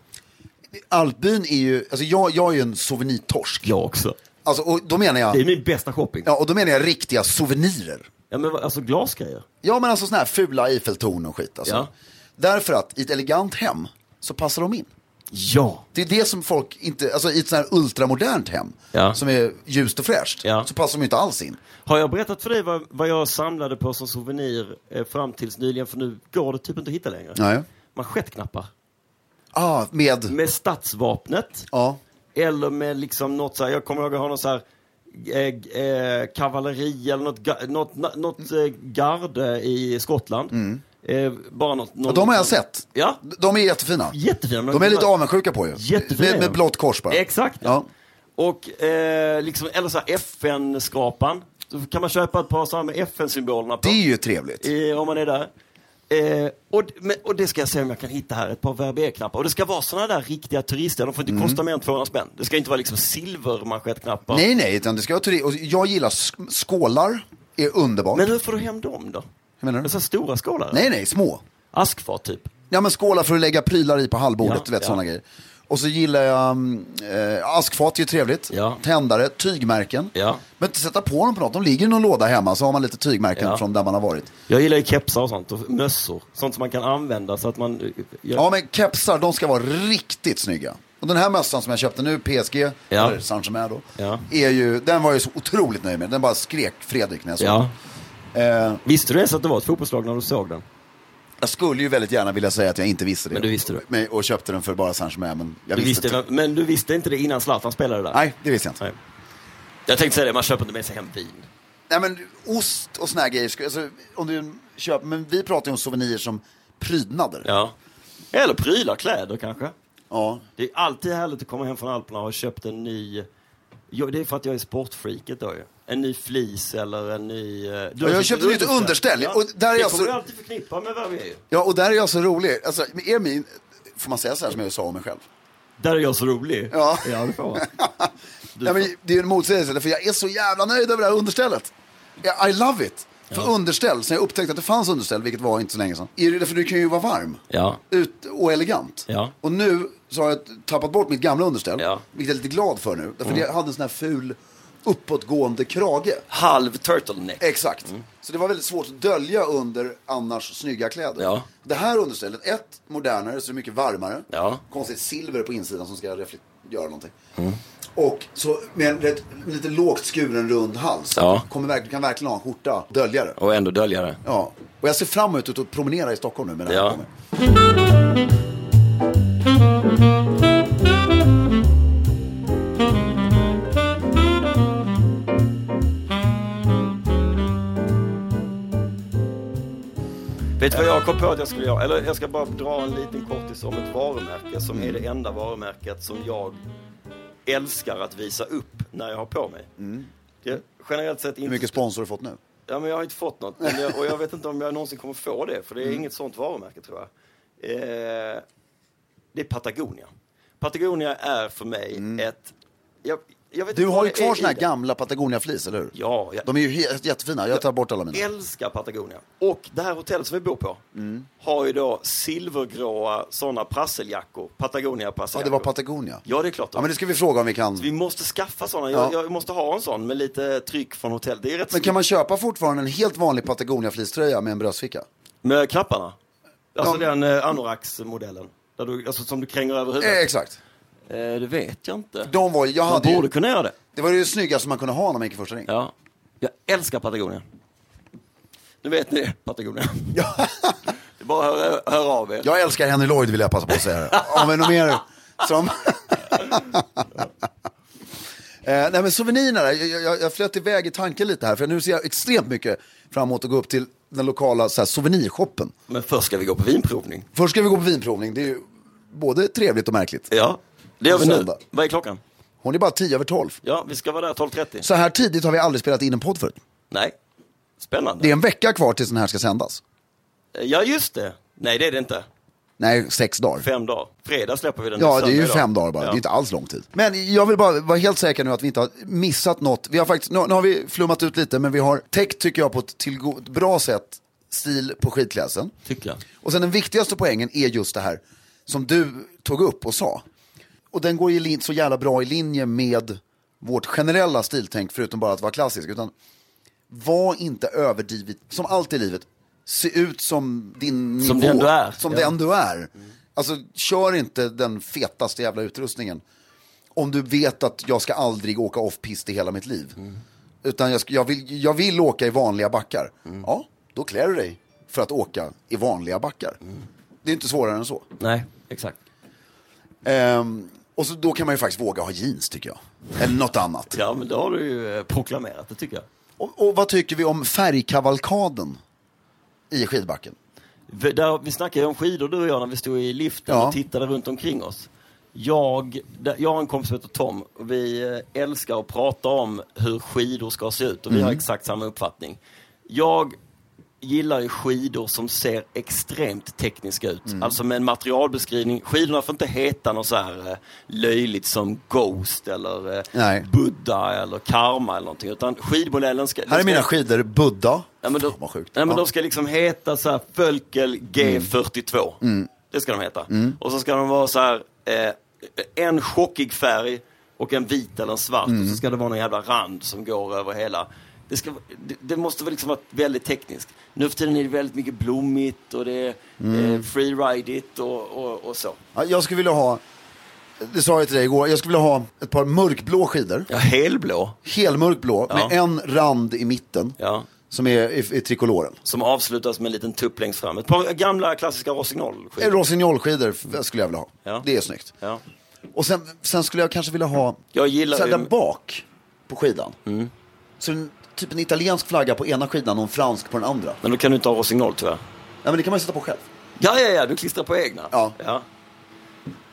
[SPEAKER 4] Alpbyn är ju, alltså jag, jag är ju en souvenirtorsk.
[SPEAKER 3] Jag också.
[SPEAKER 4] Alltså, och då menar jag,
[SPEAKER 3] min bästa shopping. Ja,
[SPEAKER 4] ja, och då menar jag riktiga souvenirer.
[SPEAKER 3] men vad- alltså glasgrejer.
[SPEAKER 4] Ja men alltså sådana här fula Eiffeltorn och skit alltså.
[SPEAKER 3] Ja.
[SPEAKER 4] Därför att i ett elegant hem så passar de in.
[SPEAKER 3] Ja.
[SPEAKER 4] Det är det som folk inte, alltså i ett sånt här ultramodernt hem
[SPEAKER 3] Ja.
[SPEAKER 4] som är ljust och fräscht
[SPEAKER 3] Ja.
[SPEAKER 4] så passar de ju inte alls in.
[SPEAKER 3] Har jag berättat för dig vad, vad jag samlade på som souvenir eh, fram tills nyligen? För nu går det typ inte att hitta längre.
[SPEAKER 4] Nej.
[SPEAKER 3] Manschettknappar.
[SPEAKER 4] Ah, med,
[SPEAKER 3] Med stadsvapnet.
[SPEAKER 4] ja.
[SPEAKER 3] Eller med liksom något så här, jag kommer ihåg att ha något så här eh, eh, kavalleri eller något, ga- något, na- något eh, garde i Skottland. Eh,
[SPEAKER 4] Mm. ja,
[SPEAKER 3] bara något, något, liksom-
[SPEAKER 4] de har jag sett.
[SPEAKER 3] Ja,
[SPEAKER 4] De är jättefina.
[SPEAKER 3] jättefina. men
[SPEAKER 4] De är lite avundsjuka på ju.
[SPEAKER 3] Jättefina.
[SPEAKER 4] Med, med blått kors bara.
[SPEAKER 3] Exakt.
[SPEAKER 4] Ja.
[SPEAKER 3] Och eh, liksom, eller så här FN-skrapan. Så kan man köpa ett par sådana med FN-symbolerna på.
[SPEAKER 4] Det är ju trevligt.
[SPEAKER 3] eh, om man är där. Eh, och, men, och det ska jag se om jag kan hitta här, ett par Verbier-knappar. Och det ska vara sådana där riktiga turister, de får inte
[SPEAKER 4] Mm.
[SPEAKER 3] kosta mer än 200 spänn. Det ska inte vara liksom silvermanschettknappar.
[SPEAKER 4] Nej, nej, utan det ska vara turism. Och jag gillar sk- skålar, är underbart.
[SPEAKER 3] Men hur får du hem dem då?
[SPEAKER 4] Hur menar du?
[SPEAKER 3] Så här stora skålar?
[SPEAKER 4] Nej, nej, små.
[SPEAKER 3] Askfat typ?
[SPEAKER 4] Ja, men skålar för att lägga prylar i på
[SPEAKER 3] Ja,
[SPEAKER 4] hallbordet, du vet
[SPEAKER 3] ja.
[SPEAKER 4] sådana grejer. Och så gillar jag, mm, eh, askfat är ju trevligt.
[SPEAKER 3] Ja.
[SPEAKER 4] Tändare, tygmärken.
[SPEAKER 3] Ja.
[SPEAKER 4] Men inte sätta på dem på något, de ligger i någon låda hemma så har man lite tygmärken
[SPEAKER 3] Ja.
[SPEAKER 4] från där man har varit.
[SPEAKER 3] Jag gillar ju kepsar och sånt, och mössor. Sånt som man kan använda så att man... eh, gör-
[SPEAKER 4] Ja, men kepsar, de ska vara riktigt snygga. Och den här mössan som jag köpte nu, PSG,
[SPEAKER 3] Ja.
[SPEAKER 4] eller Saint-Germain då,
[SPEAKER 3] Ja.
[SPEAKER 4] är ju, den var jag ju så otroligt nöjd med. Den bara skrek Fredrik när jag såg den.
[SPEAKER 3] ja. Visste du ens att det var ett fotbollslag när du såg den?
[SPEAKER 4] Jag skulle ju väldigt gärna vilja säga att jag inte visste det.
[SPEAKER 3] Men du visste det.
[SPEAKER 4] Men, och köpte den för bara Saint-Germain, men jag
[SPEAKER 3] Du
[SPEAKER 4] visste,
[SPEAKER 3] visste,
[SPEAKER 4] inte.
[SPEAKER 3] vem- men du visste inte det innan Zlatan spelade där?
[SPEAKER 4] Nej, det visste jag inte.
[SPEAKER 3] Nej. Jag tänkte säga det, man köper inte med sig hem vin.
[SPEAKER 4] Nej men ost och såna här grejer, skulle- alltså, om du köper, men vi pratar ju om souvenirer som prydnader.
[SPEAKER 3] Ja. Eller prylar, kläder kanske.
[SPEAKER 4] Ja.
[SPEAKER 3] Det är alltid härligt att komma hem från Alperna och ha köpt en ny... Jo, det är för att jag är sportfreaket då ju. En ny fleece eller en ny... eh, Du
[SPEAKER 4] jag har köpt ett nytt underställ, och där är
[SPEAKER 3] det
[SPEAKER 4] jag så-
[SPEAKER 3] kommer du alltid förknippa med Verbier.
[SPEAKER 4] ja, och där är jag så rolig. Alltså, är min, får man säga så här som jag sa om mig själv?
[SPEAKER 3] Där är jag så rolig.
[SPEAKER 4] Ja.
[SPEAKER 3] ja det får man.
[SPEAKER 4] Nej, men det är ju en motsägelse, för jag är så jävla nöjd över det här understället. Ja, I love it! För underställ, sen jag upptäckte att det fanns underställ, vilket var inte så länge sedan, är det för du kan ju vara varm
[SPEAKER 3] Ja.
[SPEAKER 4] ut och elegant.
[SPEAKER 3] Ja.
[SPEAKER 4] Och nu så har jag tappat bort mitt gamla underställ,
[SPEAKER 3] Ja. Mm.
[SPEAKER 4] vilket jag är lite glad för nu. Därför jag hade en sån här ful uppåtgående krage.
[SPEAKER 3] Halv turtleneck. Mm.
[SPEAKER 4] Exakt. Så det var väldigt svårt att dölja under annars snygga kläder.
[SPEAKER 3] Ja.
[SPEAKER 4] Det här understället, ett modernare så det är mycket varmare.
[SPEAKER 3] Ja. Mm.
[SPEAKER 4] Konstigt silver på insidan som ska refle- göra någonting. Och så med en rätt, lite lågt skuren rund hals.
[SPEAKER 3] Ja.
[SPEAKER 4] Kommer verkligen, kan verkligen ha en skjorta och dölja det.
[SPEAKER 3] Och ändå dölja det.
[SPEAKER 4] Ja. Och jag ser fram emot att promenera i Stockholm nu med det här.
[SPEAKER 3] Ja.
[SPEAKER 4] kommer.
[SPEAKER 3] Vet du vad jag kom på att jag skulle göra? Eller jag ska bara dra en liten kortis om ett varumärke som är
[SPEAKER 4] Mm.
[SPEAKER 3] det enda varumärket som jag älskar att visa upp när jag har på mig. Det är generellt
[SPEAKER 4] Mm.
[SPEAKER 3] sett
[SPEAKER 4] Hur
[SPEAKER 3] inte...
[SPEAKER 4] mycket sponsor har du fått nu?
[SPEAKER 3] Ja, men jag har inte fått något. Men jag, och jag vet inte om jag någonsin kommer få det, för det är
[SPEAKER 4] Mm.
[SPEAKER 3] inget sånt varumärke tror jag. Eh, det är Patagonia. Patagonia är för mig ett... Jag, jag
[SPEAKER 4] Mm.
[SPEAKER 3] vet
[SPEAKER 4] Du
[SPEAKER 3] inte
[SPEAKER 4] har
[SPEAKER 3] vad
[SPEAKER 4] ju
[SPEAKER 3] det
[SPEAKER 4] kvar
[SPEAKER 3] är i
[SPEAKER 4] såna här
[SPEAKER 3] det.
[SPEAKER 4] gamla Patagonia-flis, eller hur?
[SPEAKER 3] Ja, jag
[SPEAKER 4] De är ju he- jättefina, jag tar bort alla mina.
[SPEAKER 3] älskar Patagonia. Och det här hotellet som vi bor på
[SPEAKER 4] Mm.
[SPEAKER 3] har ju då silvergråa sådana prasseljackor. Patagonia-prasseljackor.
[SPEAKER 4] Ja, det var Patagonia.
[SPEAKER 3] Ja, det är klart.
[SPEAKER 4] Ja, men det ska vi fråga om vi kan.
[SPEAKER 3] Vi måste skaffa sådana. Jag,
[SPEAKER 4] Ja.
[SPEAKER 3] jag måste ha en sån med lite tryck från hotell. Det är rätt
[SPEAKER 4] Men kan man köpa fortfarande en helt vanlig Patagonia-fliströja med en bröstficka?
[SPEAKER 3] Med knapparna? Alltså
[SPEAKER 4] Ja.
[SPEAKER 3] den eh, anorax-modellen? Där du, alltså, som du kränger över
[SPEAKER 4] Eh,
[SPEAKER 3] huvudet?
[SPEAKER 4] exakt.
[SPEAKER 3] Eh, det vet jag inte.
[SPEAKER 4] De var, jag
[SPEAKER 3] Man
[SPEAKER 4] hade
[SPEAKER 3] borde
[SPEAKER 4] ju,
[SPEAKER 3] kunna göra det.
[SPEAKER 4] det var ju det snyggaste man kunde ha när man gick i första ring.
[SPEAKER 3] Ja. Jag älskar Patagonia. Nu vet ni det, Patagonia. det är bara att höra, höra av er.
[SPEAKER 4] Jag älskar Henry Lloyd vill jag passa på att säga. det. Om vi är något mer som... Eh, nej men souvenirerna, där, jag, jag, jag flöt iväg i tanken lite här för nu ser jag extremt mycket fram emot att gå upp till den lokala så här, souvenirshoppen.
[SPEAKER 3] Men först ska vi gå på vinprovning.
[SPEAKER 4] Först ska vi gå på vinprovning, det är ju både trevligt och märkligt.
[SPEAKER 3] Ja, det gör vi nu.
[SPEAKER 4] Söndag.
[SPEAKER 3] Vad är klockan?
[SPEAKER 4] Hon är bara 10 över 12.
[SPEAKER 3] Ja, vi ska vara där 12.30.
[SPEAKER 4] Så här tidigt har vi aldrig spelat in en podd förut.
[SPEAKER 3] Nej, spännande.
[SPEAKER 4] Det är en vecka kvar tills den här ska sändas.
[SPEAKER 3] Ja, just det. Nej, det är det inte.
[SPEAKER 4] Nej, sex dagar.
[SPEAKER 3] Fem dagar. Fredag släpper vi den.
[SPEAKER 4] Ja, det är
[SPEAKER 3] Söndag
[SPEAKER 4] ju
[SPEAKER 3] idag.
[SPEAKER 4] fem dagar bara.
[SPEAKER 3] Ja.
[SPEAKER 4] Det är inte alls lång tid. Men jag vill bara vara helt säker nu att vi inte har missat något. Vi har faktiskt, nu, nu har vi flummat ut lite, men vi har täckt, tycker jag, på ett, tillgo- ett bra sätt stil på skitklassen.
[SPEAKER 3] Tycker jag.
[SPEAKER 4] Och sen den viktigaste poängen är just det här som du tog upp och sa. Och den går ju lin- så jävla bra i linje med vårt generella stiltänk, förutom bara att vara klassisk. Utan var inte överdrivet, som allt i livet, se ut som din
[SPEAKER 3] Som
[SPEAKER 4] nivå.
[SPEAKER 3] den du är.
[SPEAKER 4] Som
[SPEAKER 3] Ja.
[SPEAKER 4] den du är. Alltså, kör inte den fetaste jävla utrustningen. Om du vet att jag ska aldrig åka off-pist i hela mitt liv. Utan jag, ska, jag, vill, jag vill åka i vanliga backar.
[SPEAKER 3] Mm.
[SPEAKER 4] Ja, då klär du dig för att åka i vanliga backar.
[SPEAKER 3] Mm.
[SPEAKER 4] Det är inte svårare än så.
[SPEAKER 3] Nej, exakt.
[SPEAKER 4] Ehm, och så, då kan man ju faktiskt våga ha jeans tycker jag. Eller något annat.
[SPEAKER 3] Ja, men då har du ju eh, proklamerat det tycker jag.
[SPEAKER 4] Och, och vad tycker vi om färgkavalkaden i skidbacken?
[SPEAKER 3] Vi- Där, vi snackade ju om skidor du och jag när vi stod i liften
[SPEAKER 4] Ja.
[SPEAKER 3] och tittade runt omkring oss. Jag, där- jag har en kompis som heter Tom och vi eh, älskar att prata om hur skidor ska se ut och vi har
[SPEAKER 4] Mm.
[SPEAKER 3] exakt samma uppfattning. Jag gillar ju skidor som ser extremt tekniska ut.
[SPEAKER 4] Mm.
[SPEAKER 3] Alltså med en materialbeskrivning. Skidorna får inte heta något så här eh, löjligt som Ghost eller eh,
[SPEAKER 4] Nej.
[SPEAKER 3] Buddha eller Karma eller någonting. Utan skidmodellen ska...
[SPEAKER 4] Här är
[SPEAKER 3] den ska-
[SPEAKER 4] mina skidor, Buddha.
[SPEAKER 3] Ja, men då,
[SPEAKER 4] Fan vad sjukt.
[SPEAKER 3] Nej, men
[SPEAKER 4] Ja. Mm.
[SPEAKER 3] de ska liksom heta så här Fölkel G42. Det ska de heta. Och så ska de vara så här eh, en chockig färg och en vit eller en svart. Och
[SPEAKER 4] Mm.
[SPEAKER 3] så ska det vara någon jävla rand som går över hela. Det, ska, det, det måste väl liksom vara väldigt tekniskt. Nu för tiden är det väldigt mycket blommigt och det är
[SPEAKER 4] Mm.
[SPEAKER 3] eh, freeridigt och, och, och så.
[SPEAKER 4] Ja, Jag skulle vilja ha, det sa jag till dig igår, jag skulle vilja ha ett par mörkblå skidor.
[SPEAKER 3] Ja, helblå.
[SPEAKER 4] Helmörkblå
[SPEAKER 3] Ja.
[SPEAKER 4] med en rand i mitten
[SPEAKER 3] Ja.
[SPEAKER 4] som är i, i trikoloren.
[SPEAKER 3] Som avslutas med en liten tupp längst fram. Ett par gamla klassiska rossignol
[SPEAKER 4] Eh, Rossignolskidor f- skulle jag vilja ha.
[SPEAKER 3] Ja.
[SPEAKER 4] Det är snyggt.
[SPEAKER 3] ja.
[SPEAKER 4] Och sen, sen skulle jag kanske vilja ha,
[SPEAKER 3] Jag gillar
[SPEAKER 4] sen
[SPEAKER 3] ju- Mm.
[SPEAKER 4] där bak på skidan. Så en, typ en italiensk flagga på ena skidan och en fransk på den andra.
[SPEAKER 3] Men då kan du inte ha rossignol tyvärr.
[SPEAKER 4] Ja men det kan man ju sätta på själv.
[SPEAKER 3] Ja, ja, ja, du klistrar på egna.
[SPEAKER 4] Ja.
[SPEAKER 3] ja.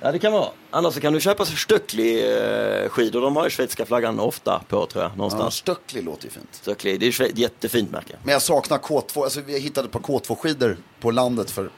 [SPEAKER 3] Ja, det kan vara. Annars så kan du köpa så Stöckli eh, skidor. De har ju svenska flaggan ofta på tror jag.
[SPEAKER 4] Ja,
[SPEAKER 3] Någonstans.
[SPEAKER 4] Stöckli låter ju fint.
[SPEAKER 3] Stöckli, det är ju ett jättefint märke.
[SPEAKER 4] Men jag saknar K2, alltså vi hittade ett par K2-skidor på landet för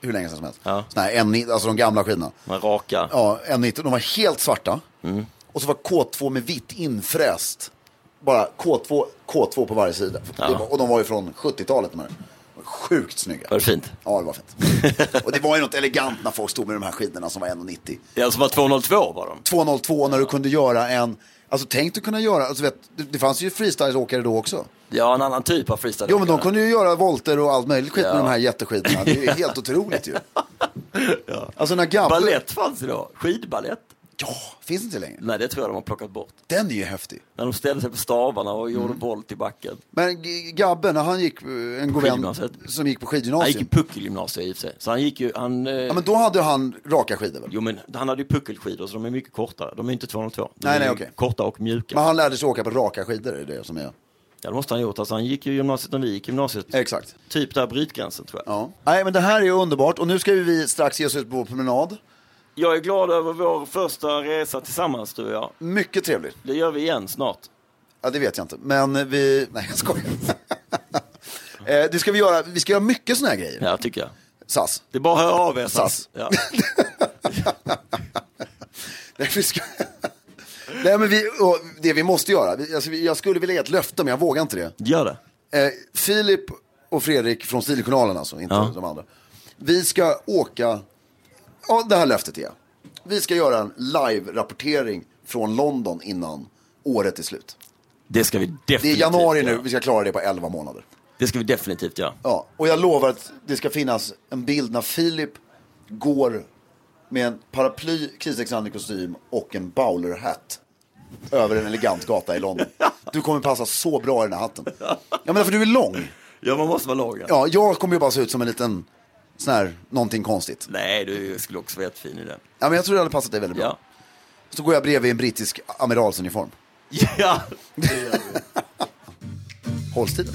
[SPEAKER 4] hur länge sedan som helst.
[SPEAKER 3] Ja.
[SPEAKER 4] Såna här, N90, alltså de gamla skidorna.
[SPEAKER 3] Man raka.
[SPEAKER 4] Ja, N90, de var helt svarta.
[SPEAKER 3] Mm.
[SPEAKER 4] Och så var K2 med vitt infräst. Bara K2, K2 på varje sida.
[SPEAKER 3] Ja.
[SPEAKER 4] Det var- Och de var ju från 70-talet de här. De var Sjukt snygga.
[SPEAKER 3] Var det fint?
[SPEAKER 4] Ja, det var fint. och det var ju något elegant när folk stod med de här skidorna som var 1,90.
[SPEAKER 3] Det är alltså bara 202 var de.
[SPEAKER 4] 2,02 när du kunde göra en... Alltså tänk du kunna göra, alltså, vet, det, det fanns ju freestyleåkare då också.
[SPEAKER 3] Ja, en annan typ av freestyle.
[SPEAKER 4] Jo men de kunde ju göra volter och allt möjligt skit
[SPEAKER 3] Ja.
[SPEAKER 4] med de här jätteskidorna. Det är ju helt otroligt ju. Alltså när gamla...
[SPEAKER 3] Ballett fanns ju då. Skidballett.
[SPEAKER 4] Ja, finns inte längre.
[SPEAKER 3] Nej, det tror jag de har plockat bort.
[SPEAKER 4] Den är ju häftig.
[SPEAKER 3] När de ställde sig på stavarna och gjorde volt i backen.
[SPEAKER 4] Men G- Gabbe, när han gick, eh, en god vän
[SPEAKER 3] Skidgymnasiet.
[SPEAKER 4] som gick på
[SPEAKER 3] Han gick i
[SPEAKER 4] skidgymnasium.
[SPEAKER 3] puckelgymnasiet i och för sig. Så han gick ju, han... eh,
[SPEAKER 4] Ja, men då hade han raka skidor väl?
[SPEAKER 3] Jo men han hade ju puckelskidor så de är mycket kortare. De är inte 202. De
[SPEAKER 4] Nej,
[SPEAKER 3] är
[SPEAKER 4] nej,
[SPEAKER 3] ju
[SPEAKER 4] okej.
[SPEAKER 3] Korta och mjuka.
[SPEAKER 4] Men han lärde sig åka på raka skidor, det är det som är
[SPEAKER 2] Ja, det måste han ha gjort. Alltså, han gick ju gymnasiet när vi gick gymnasiet.
[SPEAKER 4] Exakt.
[SPEAKER 2] Typ där brytgränsen tror jag.
[SPEAKER 4] Ja. Nej, men det här är ju underbart. Och nu ska ju vi strax ge oss ut på vår promenad.
[SPEAKER 2] Jag är glad över vår första resa tillsammans du och jag.
[SPEAKER 4] Mycket trevligt.
[SPEAKER 2] Det gör vi igen snart.
[SPEAKER 4] Ja, det vet jag inte. Men vi... Nej, jag skojar. Eh, det ska vi göra. Vi ska göra mycket såna här grejer.
[SPEAKER 2] Ja, tycker jag.
[SPEAKER 4] SAS.
[SPEAKER 2] Det är bara att höra av er.
[SPEAKER 4] SAS.
[SPEAKER 2] Ja.
[SPEAKER 4] Nej, vi ska... Nej, men vi, och det vi måste göra. vi- Alltså, vi- jag skulle vilja ge ett löfte, men jag vågar inte det.
[SPEAKER 2] Gör det.
[SPEAKER 4] Eh, Filip och Fredrik från Stiljournalen alltså, inte
[SPEAKER 2] Ja.
[SPEAKER 4] de andra. Vi ska åka, ja det här löftet är. Vi ska göra en live-rapportering från London innan året är slut.
[SPEAKER 2] Det ska vi definitivt
[SPEAKER 4] Det är januari
[SPEAKER 2] göra.
[SPEAKER 4] nu, vi ska klara det på 11 månader.
[SPEAKER 2] Det ska vi definitivt göra.
[SPEAKER 4] Ja, och jag lovar att det ska finnas en bild när Filip går med en paraply, kostym och en bowlerhatt över en elegant gata i London. Du kommer passa så bra i den här hatten. Ja, men för du är lång.
[SPEAKER 2] Ja, man måste vara låg. Ja.
[SPEAKER 4] Ja, jag kommer ju bara se ut som en liten sån här, någonting konstigt.
[SPEAKER 2] Nej, du skulle också vara jättefin i den.
[SPEAKER 4] Ja, men jag tror det hade passat dig väldigt bra.
[SPEAKER 2] Ja.
[SPEAKER 4] Så går jag bredvid en brittisk amiralsuniform.
[SPEAKER 2] Ja.
[SPEAKER 4] Hålls tiden.